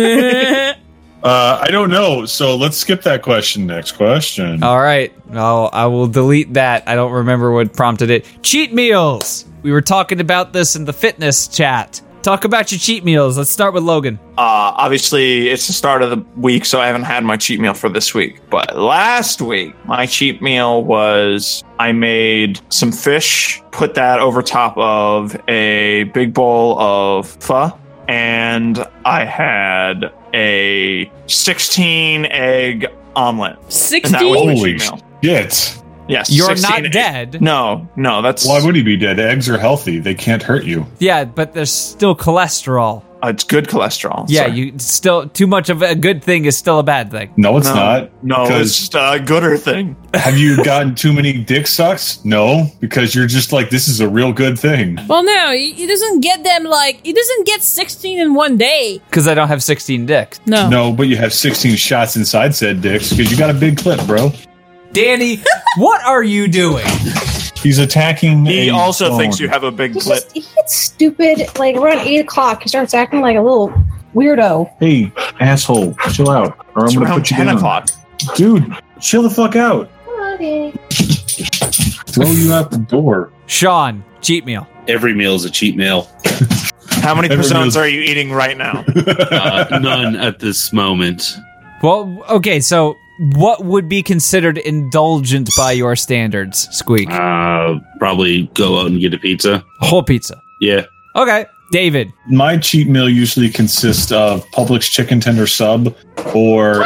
Jedi? Uh, I don't know. So let's skip that question. Next question. Uh, All right. I'll, I will delete that. I don't remember what prompted it. Cheat meals. We were talking about this in the fitness chat. Talk about your cheat meals. Let's start with Logan. Uh, obviously, it's the start of the week, so I haven't had my cheat meal for this week. But last week, my cheat meal was I made some fish, put that over top of a big bowl of pho, and I had a 16 egg omelet. And that was my Holy 16? cheat meal. shit. Yes. You're 16 not egg- dead. No, no, that's Why would he be dead? Eggs are healthy. They can't hurt you. Yeah, but there's still cholesterol. uh, it's good cholesterol. Yeah, Sorry. you still too much of a good thing is still a bad thing. No, it's No. not. No, it's Because just a gooder thing. have you gotten too many dick sucks? No, because you're just like this is a real good thing. Well, no, he he doesn't get them like, he doesn't get 16 in one day. Because I don't have 16 dicks. No. No, but you have 16 shots inside said dicks because you got a big clip, bro. Danny, what are you doing? He's attacking. He a also phone. thinks you have a big He's clip. just, he gets stupid. Like around eight o'clock, he starts acting like a little weirdo. Hey, asshole, chill out, or I'm It's gonna around put you 10 down, o'clock. dude. Chill the fuck out. Honey. Throw you out the door. Sean, cheat meal. Every meal is a cheat meal. How many Everyone croissants knows- are you eating right now? Uh, none at this moment. Well, okay, so what would be considered indulgent by your standards, Squeak? Uh, probably go out and get a pizza. Whole pizza. Yeah. Okay, David. My cheat meal usually consists of Publix chicken tender sub or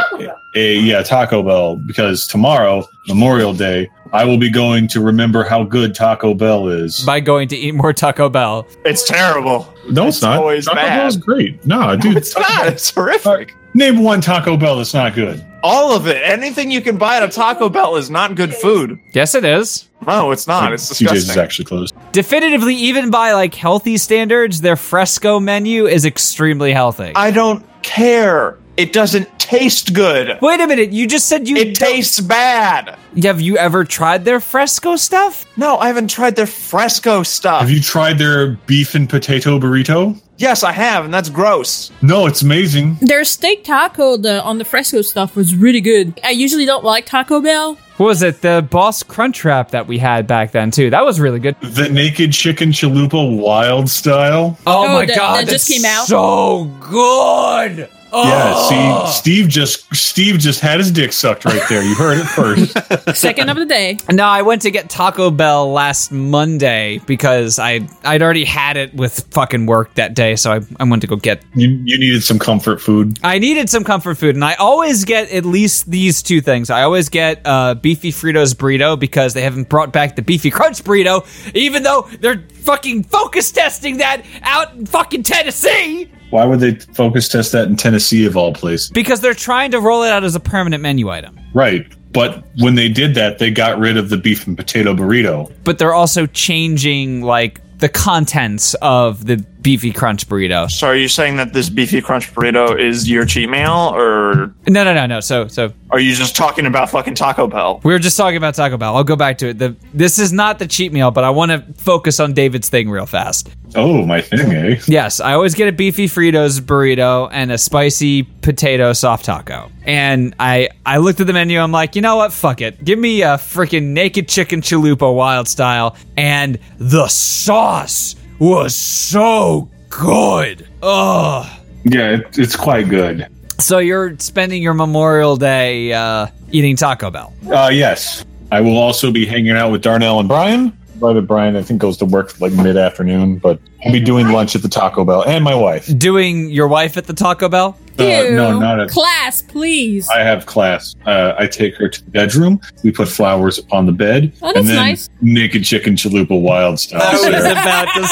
a yeah Taco Bell because tomorrow Memorial Day I will be going to remember how good Taco Bell is. By going to eat more Taco Bell. It's terrible. no, it's, not. always Taco bad. Bell is great. No, dude, It's not. It's horrific. Name one Taco Bell that's not good. All of it. Anything you can buy at a Taco Bell is not good food. Yes, it is. No, it's not. It's CJ's is disgusting. actually closed. Definitively, even by like healthy standards, their fresco menu is extremely healthy. I don't care. It doesn't taste good. Wait a minute, you just said you It don't- tastes bad. Have you ever tried their fresco stuff? No, I haven't tried their fresco stuff. Have you tried their beef and potato burrito? yes, I have, and that's gross. No, it's amazing. Their steak taco the, on the fresco stuff was really good. I usually don't like Taco Bell. What was it? The Boss Crunch Wrap that we had back then too. That was really good. The naked chicken chalupa wild style. Oh, Oh, my that- god, that just that's came out? So good. Oh. Yeah, see, Steve just Steve just had his dick sucked right there. You heard it first. Second of the day. No, I went to get Taco Bell last Monday because I I'd already had it with fucking work that day, so I, I went to go get. you, you needed some comfort food. I needed some comfort food, and I always get at least these two things. I always get uh, beefy Fritos burrito because they haven't brought back the beefy crunch burrito, even though they're fucking focus testing that out in fucking Tennessee Why would they focus test that in Tennessee of all places? because they're trying to roll it out as a permanent menu item. Right. But when they did that, they got rid of the beef and potato burrito. But they're also changing like the contents of the beefy crunch burrito. So are you saying that this beefy crunch burrito is your cheat meal, or No, no, no, no. So, so are you just talking about fucking Taco Bell? we were just talking about Taco Bell. I'll go back to it. The, this is not the cheat meal, but I want to focus on David's thing real fast. Oh, my thing, eh? Yes, I always get a beefy Fritos burrito and a spicy potato soft taco. And I, I looked at the menu. I'm like, you know what? Fuck it. Give me a freaking naked chicken chalupa wild style. And the sauce was so good. Ugh. Yeah, it, it's quite good. So you're spending your Memorial Day uh, eating Taco Bell. Uh, yes. I will also be hanging out with Darnell and Brian. Brother Brian, I think, goes to work like mid afternoon, but I'll be doing lunch at the Taco Bell and my wife. Doing your wife at the Taco Bell? Uh, no, Ew. not at Class, please. I have class. Uh, I take her to the bedroom. We put flowers upon the bed. Oh, that's and then nice. Naked chicken chalupa wild style. I was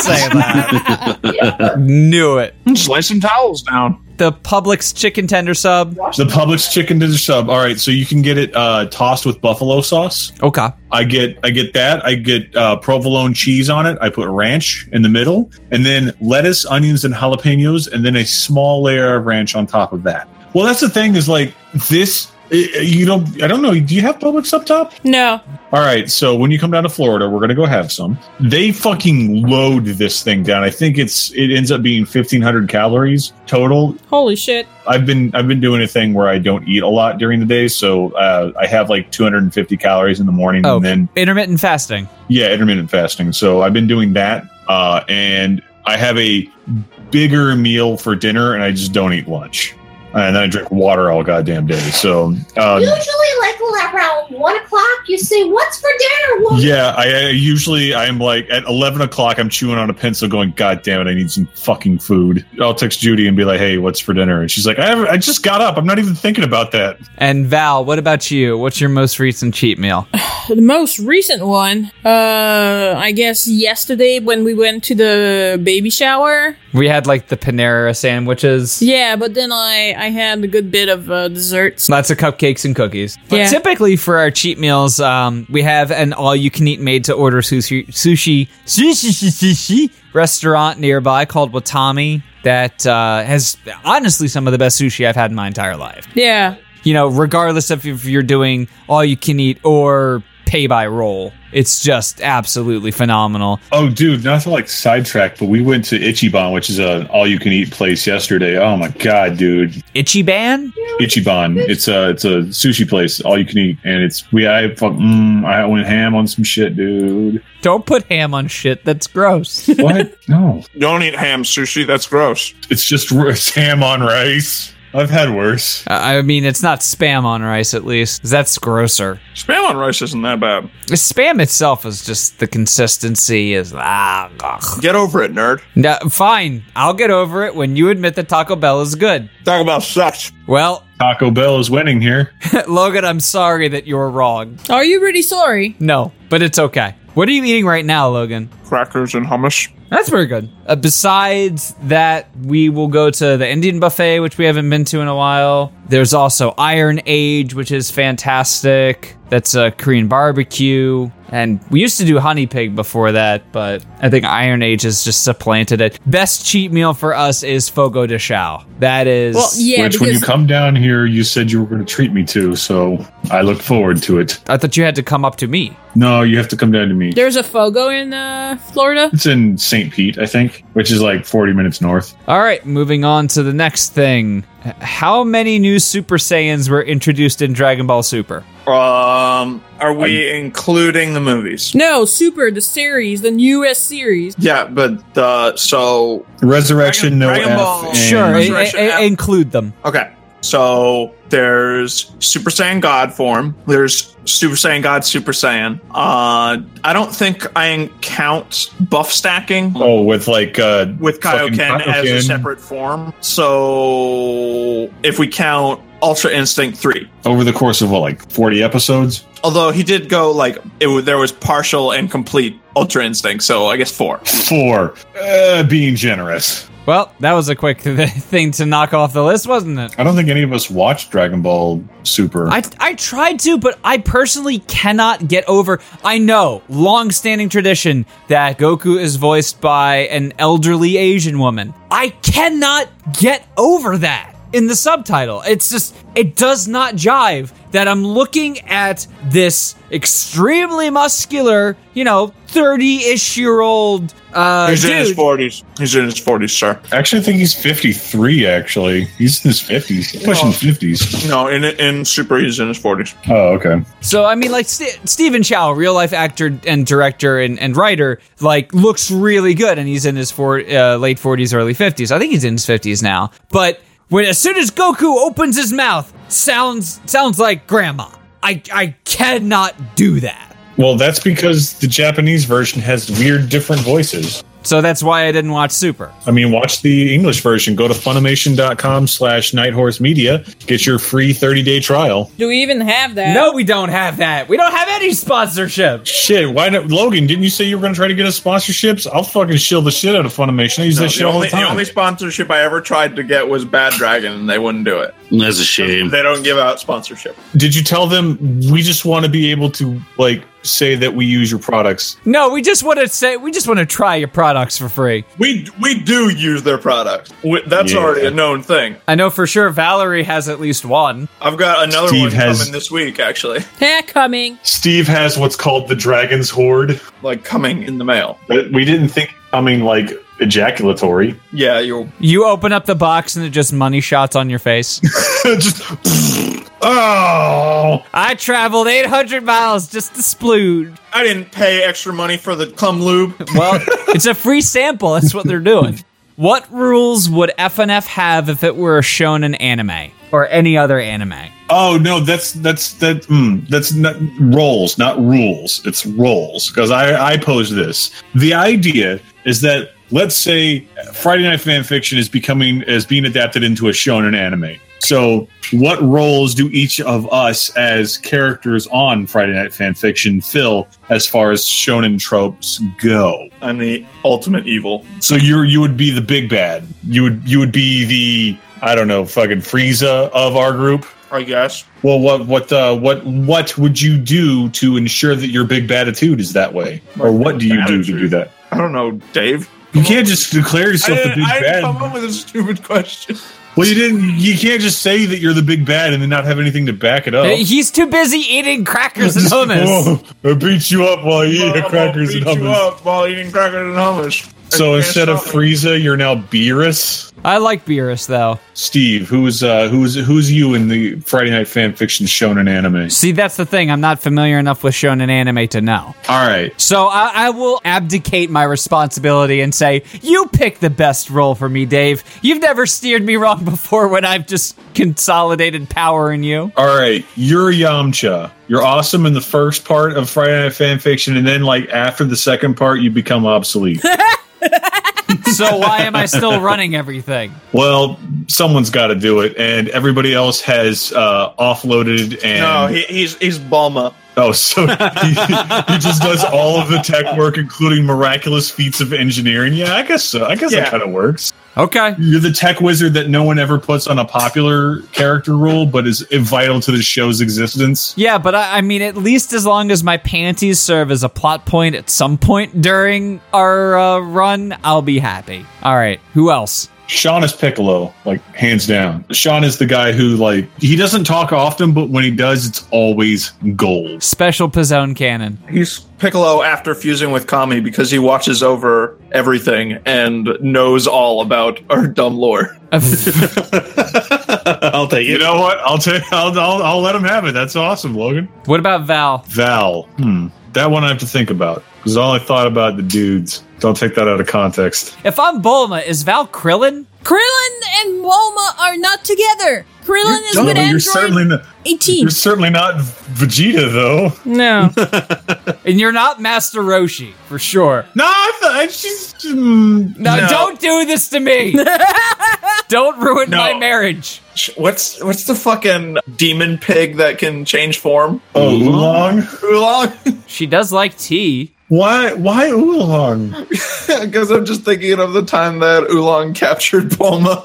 Sarah. about to say that. Knew it. Just lay some towels down. The Publix chicken tender sub. the Publix chicken dinner sub. All right, so you can get it uh, tossed with buffalo sauce. Okay. I get I get that. I get uh, provolone cheese on it. I put ranch in the middle, and then lettuce, onions, and jalapenos, and then a small layer of ranch on top of that. Well, that's the thing is like this I- You don't. I don't know. Do you have Publix up top? No. All right, so when you come down to Florida, we're gonna go have some. They fucking load this thing down. I think it's it ends up being fifteen hundred calories total. Holy shit. I've been I've been doing a thing where I don't eat a lot during the day, so uh, I have like two hundred and fifty calories in the morning, Oh. and then Intermittent fasting. yeah, intermittent fasting. So I've been doing that, uh, and I have a bigger meal for dinner, and I just don't eat lunch, and then I drink water all goddamn day. So um, Usually, like around one o'clock, you say, "What's for dinner?" woman?" Yeah, I, I usually I'm like at eleven o'clock. I'm chewing on a pencil, going, "God damn it, I need some fucking food." I'll text Judy and be like, "Hey, what's for dinner?" And she's like, "I, haven't- I just got up. I'm not even thinking about that." And Val, what about you? What's your most recent cheat meal? The most recent one, uh, I guess yesterday when we went to the baby shower. We had like the Panera sandwiches. Yeah, but then I, I had a good bit of uh, desserts. Lots of cupcakes and cookies. But Yeah. typically for our cheat meals, um, we have an all-you-can-eat made-to-order sushi sushi sushi sushi sushi restaurant nearby called Watami that uh, has honestly some of the best sushi I've had in my entire life. Yeah. You know, regardless of if you're doing all-you-can-eat or pay by roll, it's just absolutely phenomenal. Oh, dude, not to like sidetrack, but we went to Ichiban, which is an all-you-can-eat place yesterday. Oh my god, dude, Ichiban? Ichiban. It's a it's a sushi place, all-you-can-eat, and it's we I fuck, mm, I went ham on some shit, dude. Don't put ham on shit. That's gross. What? no, Don't eat ham sushi. That's gross. it's just r- it's ham on rice. I've had worse. I mean, it's not spam on rice, at least. 'cause That's grosser. Spam on rice isn't that bad. The Spam itself is just the consistency is ah. ugh. Get over it, nerd. No, fine, I'll get over it when you admit that Taco Bell is good. Talk about sex. Well, Taco Bell is winning here. Logan, I'm sorry that you're wrong. Are you really sorry? No, but it's okay. What are you eating right now, Logan? Crackers and hummus. That's pretty good. Uh, besides that, we will go to the Indian buffet, which we haven't been to in a while. There's also Iron Age, which is fantastic. That's a Korean barbecue. And we used to do Honey Pig before that, but I think Iron Age has just supplanted it. Best cheat meal for us is Fogo de Chao. That is. Well, yeah, Which, when you because come down here, you said you were going to treat me to, so I look forward to it. I thought you had to come up to me. No, you have to come down to me. there's a Fogo in uh, Florida. It's in St. Pete, I think, which is like 40 minutes north. All right, moving on to the next thing. H- How many new Super Saiyans were introduced in Dragon Ball Super? Um, are we including the movies? No, Super, the series, the newest series. Yeah, but uh, so Resurrection, no Dragon F. Ball. and- Sure, i- i- Resurrection i- app. include them. okay. So there's Super Saiyan God form. There's Super Saiyan God, Super Saiyan. Uh, I don't think I count buff stacking oh, with like uh, with fucking Kaioken as a Kaioken. separate form. So if we count Ultra Instinct three, over the course of what, like 40 episodes. although he did go like it, wa- there was partial and complete Ultra Instinct. So I guess four. Four, uh, being generous. Well, that was a quick th- thing to knock off the list, wasn't it? I don't think any of us watched Dragon Ball Super. I, I tried to, but I personally cannot get over. I know, long standing tradition that Goku is voiced by an elderly Asian woman. I cannot get over that in the subtitle. It's just, it does not jive that I'm looking at this extremely muscular, you know, 30 ish year old uh, He's in his dude. forties. He's in his forties, sir. actually think he's 53, actually. He's in his 50s. He's Oh. pushing 50s. No, in in Super, he's in his forties. Oh, okay. So I mean, like St- Stephen Chow, real life actor and director and, and writer, like looks really good, and he's in his four, uh, late forties, early fifties. I think he's in his fifties now. But when as soon as Goku opens his mouth, sounds sounds like grandma. I I cannot do that. Well, that's because the Japanese version has weird different voices. So that's why I didn't watch Super. I mean, watch the English version. Go to funimation.com slash nighthorse media. Get your free 30 day trial. Do we even have that? No, we don't have that. We don't have any sponsorship. Shit, why not? Logan, didn't you say you were going to try to get us sponsorships? I'll fucking shill the shit out of Funimation. I use that shit the, all only, the time. the only sponsorship I ever tried to get was Bad Dragon, and they wouldn't do it. That's a shame. Hmm. They don't give out sponsorship. Did you tell them we just want to be able to, like, say that we use your products. No, we just want to say we just want to try your products for free. We we do use their products. We, that's Yeah. already a known thing. I know for sure Valerie has at least one. I've got another Steve one has- coming this week, actually. They're coming. Steve has what's called the Dragon's Horde. Like coming in the mail. But we didn't think coming like ejaculatory. Yeah, you'll. You open up the box and it just money shots on your face. Just oh, I traveled 800 miles just to splood. I didn't pay extra money for the cum lube. Well, it's a free sample. That's what they're doing. What rules would FNF have if it were shown in anime or any other anime? oh no, that's that's that. Mm, that's not roles, not rules. It's roles because I I pose this. The idea is that let's say Friday Night Fan Fiction is becoming is being adapted into a shonen anime. So, what roles do each of us as characters on Friday Night Fan Fiction fill as far as shonen tropes go? I'm the ultimate evil. So you're you would be the big bad. You would you would be the I don't know fucking Frieza of our group. I guess. Well, what what uh, what what would you do to ensure that your big attitude is that way, or what do you do to do that? I don't know, Dave. You can't just declare I yourself the didn't, big I didn't come bad. up with a stupid question. Well, you didn't. You can't just say that you're the big bad and then not have anything to back it up. He's too busy eating crackers and hummus. Oh, I beat you up while you Well, eat I'm crackers gonna and beat you hummus. up while eating crackers and hummus. So You can't instead of stop me. Frieza, you're now Beerus. I like Beerus though. Steve, who's uh, who's who's you in the Friday Night Fan Fiction shonen anime? See, that's the thing. I'm not familiar enough with shonen anime to know. All right, So I, I will abdicate my responsibility and say, you pick the best role for me, Dave. You've never steered me wrong before when I've just consolidated power in you. all right, you're Yamcha. You're awesome in the first part of Friday Night Fan Fiction, and then like after the second part, you become obsolete. So why am I still running everything? well, someone's got to do it, and everybody else has uh, offloaded and No, he, he's he's Bulma. oh, so he, he just does all of the tech work, including miraculous feats of engineering. Yeah, I guess so. I guess Yeah. that kind of works. Okay. You're the tech wizard that no one ever puts on a popular character rule, but is vital to the show's existence. Yeah, but I, I mean, at least as long as my panties serve as a plot point at some point during our uh, run, I'll be happy. All right. Who else? Sean is Piccolo, like hands down. Sean is the guy who, like, he doesn't talk often, but when he does, it's always gold. Special Pizzone Cannon. He's Piccolo after fusing with Kami because he watches over everything and knows all about our dumb lore. I'll take You know what? I'll take. I'll, I'll. I'll let him have it. That's awesome, Logan. what about Val? Val. Hmm. That one I have to think about because all I thought about the dudes. Don't take that out of context. If I'm Bulma, is Val Krillin? Krillin and Woma are not together. Krillin is No, with you're Android certainly not. 18. You're certainly not Vegeta, though. No. And you're not Master Roshi, for sure. No, I thought she's. mm, No, don't do this to me. don't ruin No. my marriage. Sh- What's what's the fucking demon pig that can change form? Oh, Oolong? Oolong? She does like tea. Why? Why Oolong? Because I'm just thinking of the time that Oolong captured Bulma.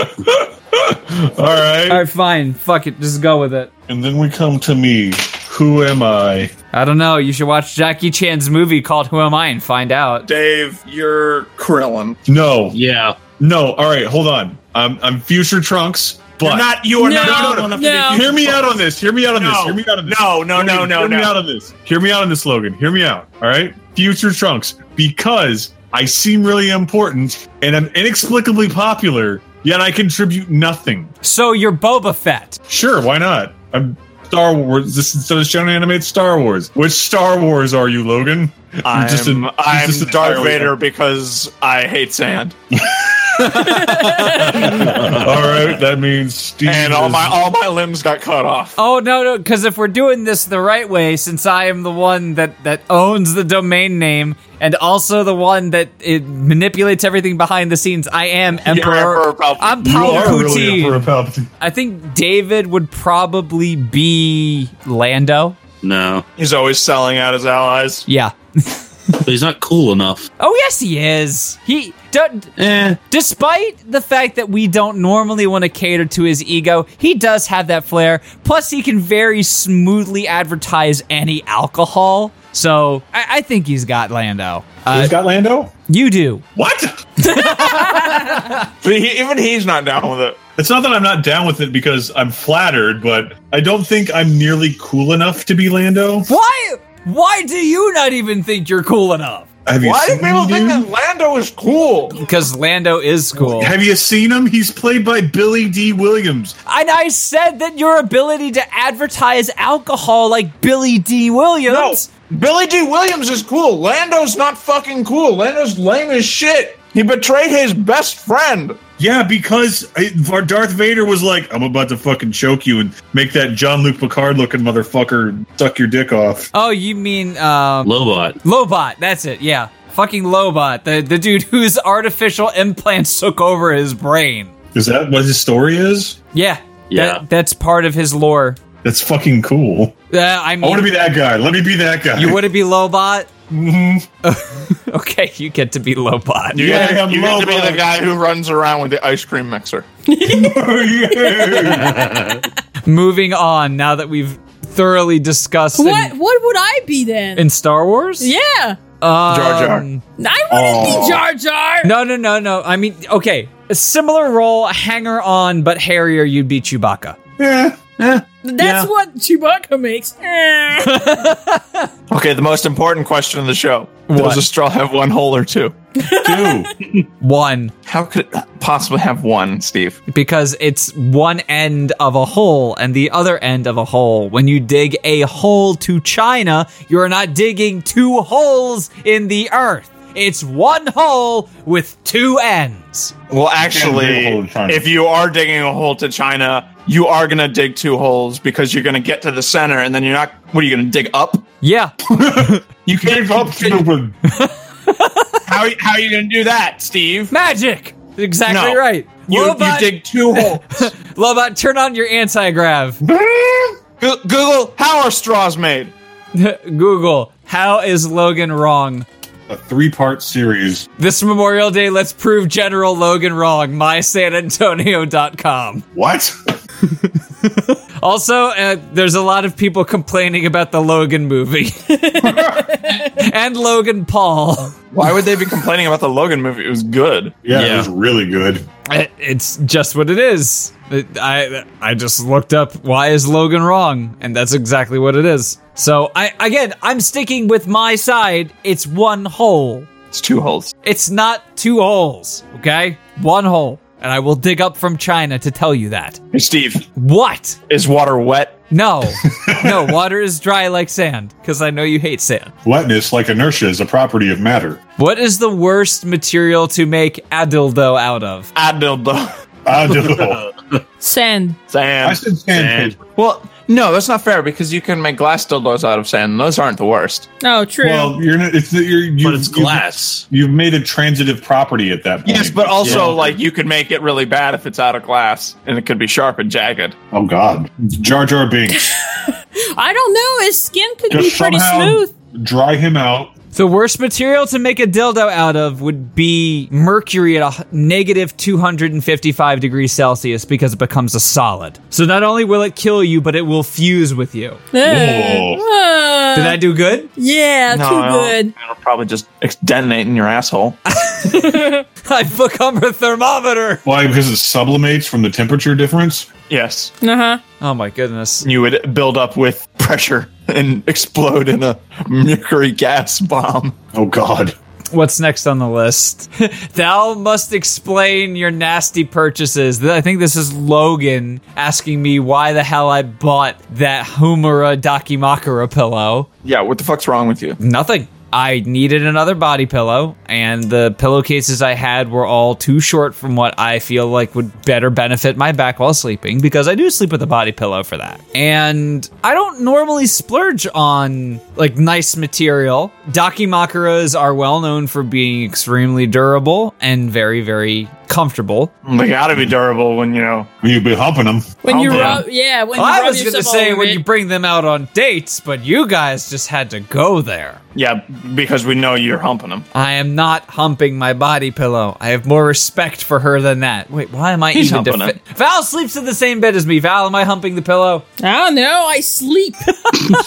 All right. All right, fine. Fuck it. Just go with it. And then we come to me. Who am I? I don't know. You should watch Jackie Chan's movie called Who Am I and find out. Dave, you're Krillin. No, Yeah. no. All right, hold on. I'm I'm future Trunks, but You're not. You are No, not. no, Krillin. no. hear me out on this. Hear me out on this. No. Hear me out on this. No, no, no, no, Hear me no. out on this. Hear me out on this, Logan. Hear me out. All right, future Trunks, because I seem really important and I'm inexplicably popular, yet I contribute nothing. So you're Boba Fett. Sure, why not? I'm Star Wars. This instead of shown animated Star Wars. Which Star Wars are you, Logan? You're I'm, just an- he's I'm just Darth entirely- Vader because I hate sand, all right, that means Steve and all is- my all my limbs got cut off. Oh no, no. Because if we're doing this the right way, since I am the one that that owns the domain name and also the one that it manipulates everything behind the scenes, I am Emperor. Emperor Palpatine. I'm You Paul are really Poutine. Emperor Palpatine. I think David would probably be Lando. No. He's always selling out his allies. Yeah. but he's not cool enough. Oh yes, he is. He d- Eh, despite the fact that we don't normally want to cater to his ego, he does have that flair. Plus, he can very smoothly advertise any alcohol. So I, I think he's got Lando. Uh, Who's got Lando? you do. What? But he, even he's not down with it. It's not that I'm not down with it because I'm flattered, but I don't think I'm nearly cool enough to be Lando. Why? Why do you not even think you're cool enough? Have you Why do seen people him, think dude? that Lando is cool? Because Lando is cool. Have you seen him? He's played by Billy D. Williams. And I said that your ability to advertise alcohol like Billy D. No, Williams. Billy D. Williams is cool. Lando's not fucking cool. Lando's lame as shit. He betrayed his best friend. Yeah, because I, Darth Vader was like, "I'm about to fucking choke you and make that John Luke Picard looking motherfucker suck your dick off." Oh, you mean um, Lobot. Lobot? That's it. Yeah, fucking Lobot, the the dude whose artificial implants took over his brain. Is that what his story is? Yeah, Yeah. that, that's part of his lore. That's fucking cool. Uh, I I want mean, to be that guy. Let me be that guy. you want to be Lobot? Mm-hmm. okay, you get to be Lobot. Yeah, I'm you get to be Lobot. the guy who runs around with the ice cream mixer. Yeah. Moving on. Now that we've thoroughly discussed in- What what would I be then? in, Star Wars, yeah. um, Jar Jar. I wouldn't be Jar Jar. No, no, no, no. I mean, okay, a similar role, hanger on, but hairier. You'd be Chewbacca. That's yeah. what Chewbacca makes. Eh. Okay, the most important question of the show. What? Does a straw have one hole or two? Dude, One, How could it possibly have one, Steve? because it's one end of a hole and the other end of a hole. When you dig a hole to China, you are not digging two holes in the earth. It's one hole with two ends. Well, dig a hole actually, in China. if you are digging a hole to China, you are going to dig two holes because you're going to get to the center and then you're not. What are you going to dig up? Yeah. You can't. up, stupid. How, how are you going to do that, Steve? Magic. Exactly No. right. You, you Lobot, dig two holes. Lobot, turn on your anti-grav. Go- Google, how are straws made? Google, how is Logan wrong? A three-part series. This Memorial Day, let's prove General Logan wrong. MySanAntonio.com. What? Also, uh, there's a lot of people complaining about the Logan movie and Logan Paul. Why would they be complaining about the Logan movie? It was good. Yeah, Yeah. it was really good. I- Uh, It's just what it is. It- I I just looked up why is Logan wrong, and that's exactly what it is. So I again, I'm sticking with my side. It's one hole. It's two holes. It's not two holes. Okay, one hole, and I will dig up from China to tell you that. Hey, Steve, What? is water wet? No, no, water is dry like sand because I know you hate sand. Wetness, like inertia, is a property of matter. What is the worst material to make a dildo out of? I dildo. I do. Sand. Ah, I Sand. said sandpaper. Well, no, that's not fair because you can make glass dildos out of sand. and Those aren't the worst. Oh, true. Well, you're not. It's you're, you But it's glass. You've, you've made a transitive property at that point. Yes, but also like you could make it really bad if it's out of glass and it could be sharp and jagged. oh god, Jar Jar Binks. I don't know. His skin could be Just pretty somehow smooth. dry him out. The worst material to make a dildo out of would be mercury at a h- negative 255 degrees Celsius because it becomes a solid. So not only will it kill you, but it will fuse with you. Eh. Whoa. Uh, Did I do good? yeah, too good. It'll probably just ex- detonate in your asshole. I've become a thermometer. Why? Because it sublimates from the temperature difference. yes, Uh huh. Oh my goodness. you would build up with pressure and explode in a mercury gas bomb. Oh god. What's next on the list? Thou must explain your nasty purchases. Th- I think this is Logan asking me why the hell I bought that Humura Dakimakura pillow. Yeah, what the fuck's wrong with you? Nothing. I needed another body pillow, and the pillowcases I had were all too short from what I feel like would better benefit my back while sleeping because I do sleep with a body pillow for that. And I don't normally splurge on like nice material. Dakimakuras are well known for being extremely durable and very, very comfortable. They gotta be durable when you know You'd be humping them. When you Oh, yeah. rub, yeah, when you I rub was going to yourself all say over when it. you bring them out on dates, but you guys just had to go there. Yeah, because we know you're humping them. I am not humping my body pillow. I have more respect for her than that. Wait, why am I He's even humping defi- Val sleeps in the same bed as me. Val, am I humping the pillow? I don't know. I sleep.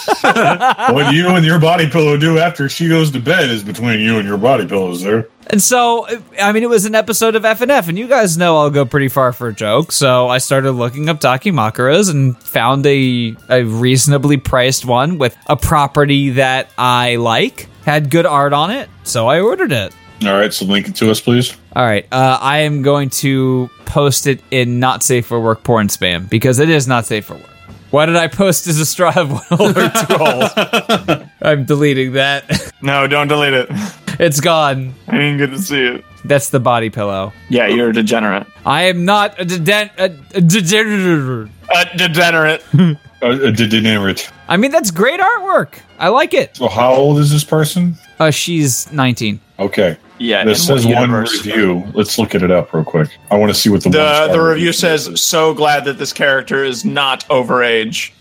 What you and your body pillow do after she goes to bed is between you and your body pillows there. And so, I mean, it was an episode of F and F, and you guys know I'll go pretty far for a joke. So I started looking up Dakimakuras and found a a reasonably priced one with a property that I like, had good art on it, so I ordered it. All right, so link it to us, please. All right, uh, I am going to post it in not safe for work porn spam because it is not safe for work. Why did I post as a straw of one hole or two holes? I'm deleting that. No, don't delete it. It's gone. I didn't get to see it. That's the body pillow. Yeah, you're a degenerate. I am not a deden- a, a deden- A degenerate. Uh, uh, did did name it. I mean, that's great artwork. I like it. So how old is this person? Uh, she's 19. Okay, Yeah, this in says what one universe? review. Let's look it up real quick. I want to see what the The one the review says, "So glad that this character is not overage."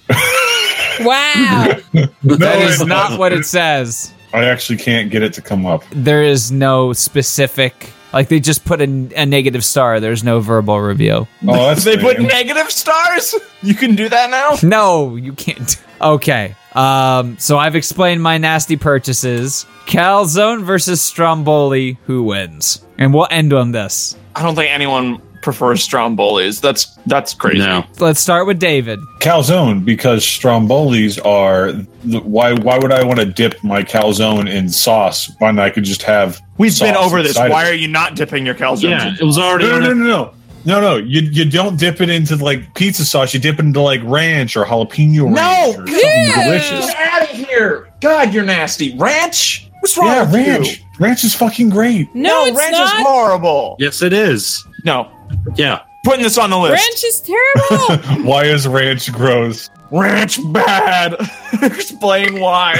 Wow. no, That is it- not what it says. I actually can't get it to come up. There is no specific. Like, they just put a, a negative star. There's no verbal review. Oh, that's They put lame. negative stars. You can do that now. No, you can't. Okay. Um, so I've explained my nasty purchases. Calzone versus Stromboli. Who wins? And we'll end on this. I don't think anyone prefers strombolis. That's that's crazy. No. Let's start with David. calzone because strombolis are the, why why would i want to dip my calzone in sauce when i could just have We've sauce been over this. inside of Why it? are you not dipping your calzones? Yeah, it was already. no on no no it. no no no, no, you, you don't dip it into like pizza sauce. You dip it into like ranch or jalapeno ranch or something delicious. out of here! God, you're nasty. Ranch? What's wrong Yeah, with ranch. you? Ranch is fucking great. No, it's ranch is not. horrible. Yes, it is. No, Yeah. putting this on the list. Ranch is terrible. Why is ranch gross? Ranch bad. Explain why.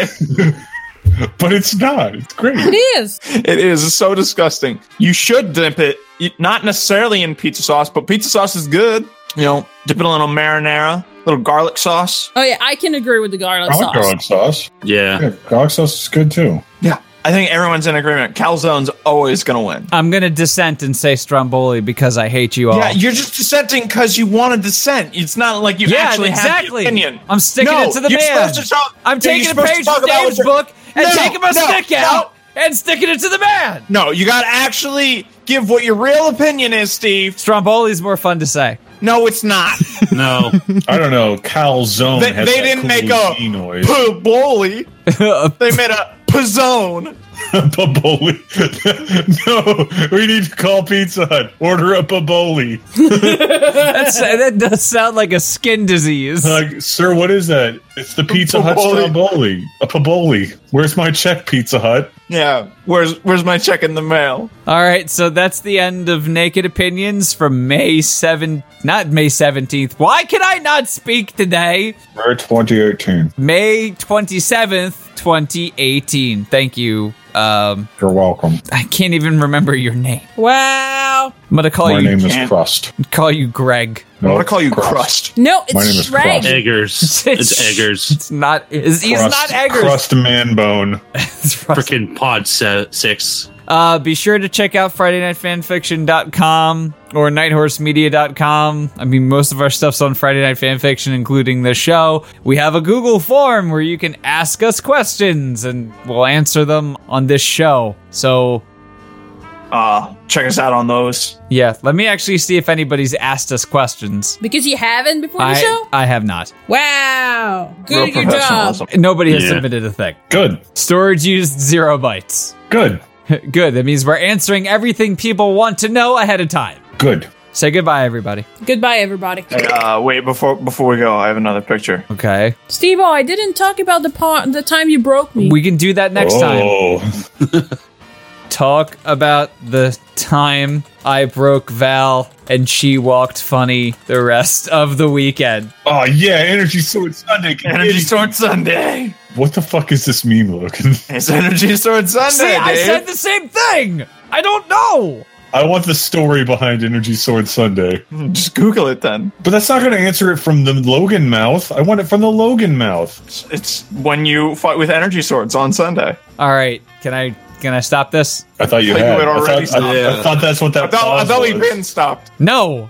But it's not. It's great. it is. it is so disgusting. You should dip it, you- not necessarily in pizza sauce, but pizza sauce is good. You know, dip it in a little marinara, little garlic sauce. Oh yeah, I can agree with the garlic I like sauce. garlic sauce. Yeah. Yeah, garlic sauce is good too. Yeah, I think everyone's in agreement. Calzone's always gonna win. I'm going to dissent and say Stromboli because I hate you all. Yeah, you're just dissenting because you want to dissent. It's not like you Yeah, actually exactly. have the opinion. I'm sticking No, it to the you're man. supposed to talk- I'm yeah, you're taking a supposed to page talk from about Dave's what book and No, taking my no, stick no. out and sticking it to the man. No, you gotta actually give what your real opinion is, Steve. Stromboli's more fun to say. No, it's not. No. I don't know. Calzone. They- has they that didn't cool make a- Z noise. Paboli. They made a pizzone. Baboli. no, we need to call Pizza Hut. Order a baboli. That's, that does sound like a skin disease. Like, sir, what is that? It's the Pizza Hut Baboli. stromboli. A baboli. Where's my check, Pizza Hut? Yeah. Where's where's my check in the mail? All right, so that's the end of Naked Opinions from May 7 not May 17th. Why can I not speak today? For 2018. May 27th, 2018. Thank you. Um You're welcome. I can't even remember your name. Wow. I'm going to call my you name can't- is Crust. call you Greg. I want to call you crust. No, My name it's is Shrek. Crust. Eggers. It's Eggers. It's not it's, he's not Crust- Eggers. Crust man bone. It's Russ. Freaking Pod se- 6. Uh, be sure to check out FridayNightFanfiction.com or NighthorseMedia.com. I mean, most of our stuff's on Friday Night Fanfiction, including the show. We have a Google form where you can ask us questions and we'll answer them on this show. So, Uh, check us out on those. yeah, let me actually see if anybody's asked us questions. Because you haven't before the I, show? I have not. Wow. Real Good at your job. professionalism. Nobody has Yeah. submitted a thing. Good. Storage used zero bytes. Good. Good. That means we're answering everything people want to know ahead of time. Good. Say goodbye, everybody. Goodbye, everybody. Hey, uh, wait before before we go, I have another picture. Okay. Steve O, I didn't talk about the pa- the time you broke me. We can do that next time. oh. talk about the time I broke Val and she walked funny the rest of the weekend. Oh, yeah. Energy Sword Sunday. Energy Sword. Sword Sunday. What the fuck is this meme, Logan? It's Energy Sword Sunday. See, I Dave. said the same thing. I don't know. I want the story behind Energy Sword Sunday. Just Google it then. But that's not going to answer it from the Logan mouth. I want it from the Logan mouth. It's, it's when you fight with energy swords on Sunday. All right, can I can I stop this? I thought you I thought you had. had I, already thought, I- stopped. I thought that's what that I thought, I pause thought we'd was. been stopped. No,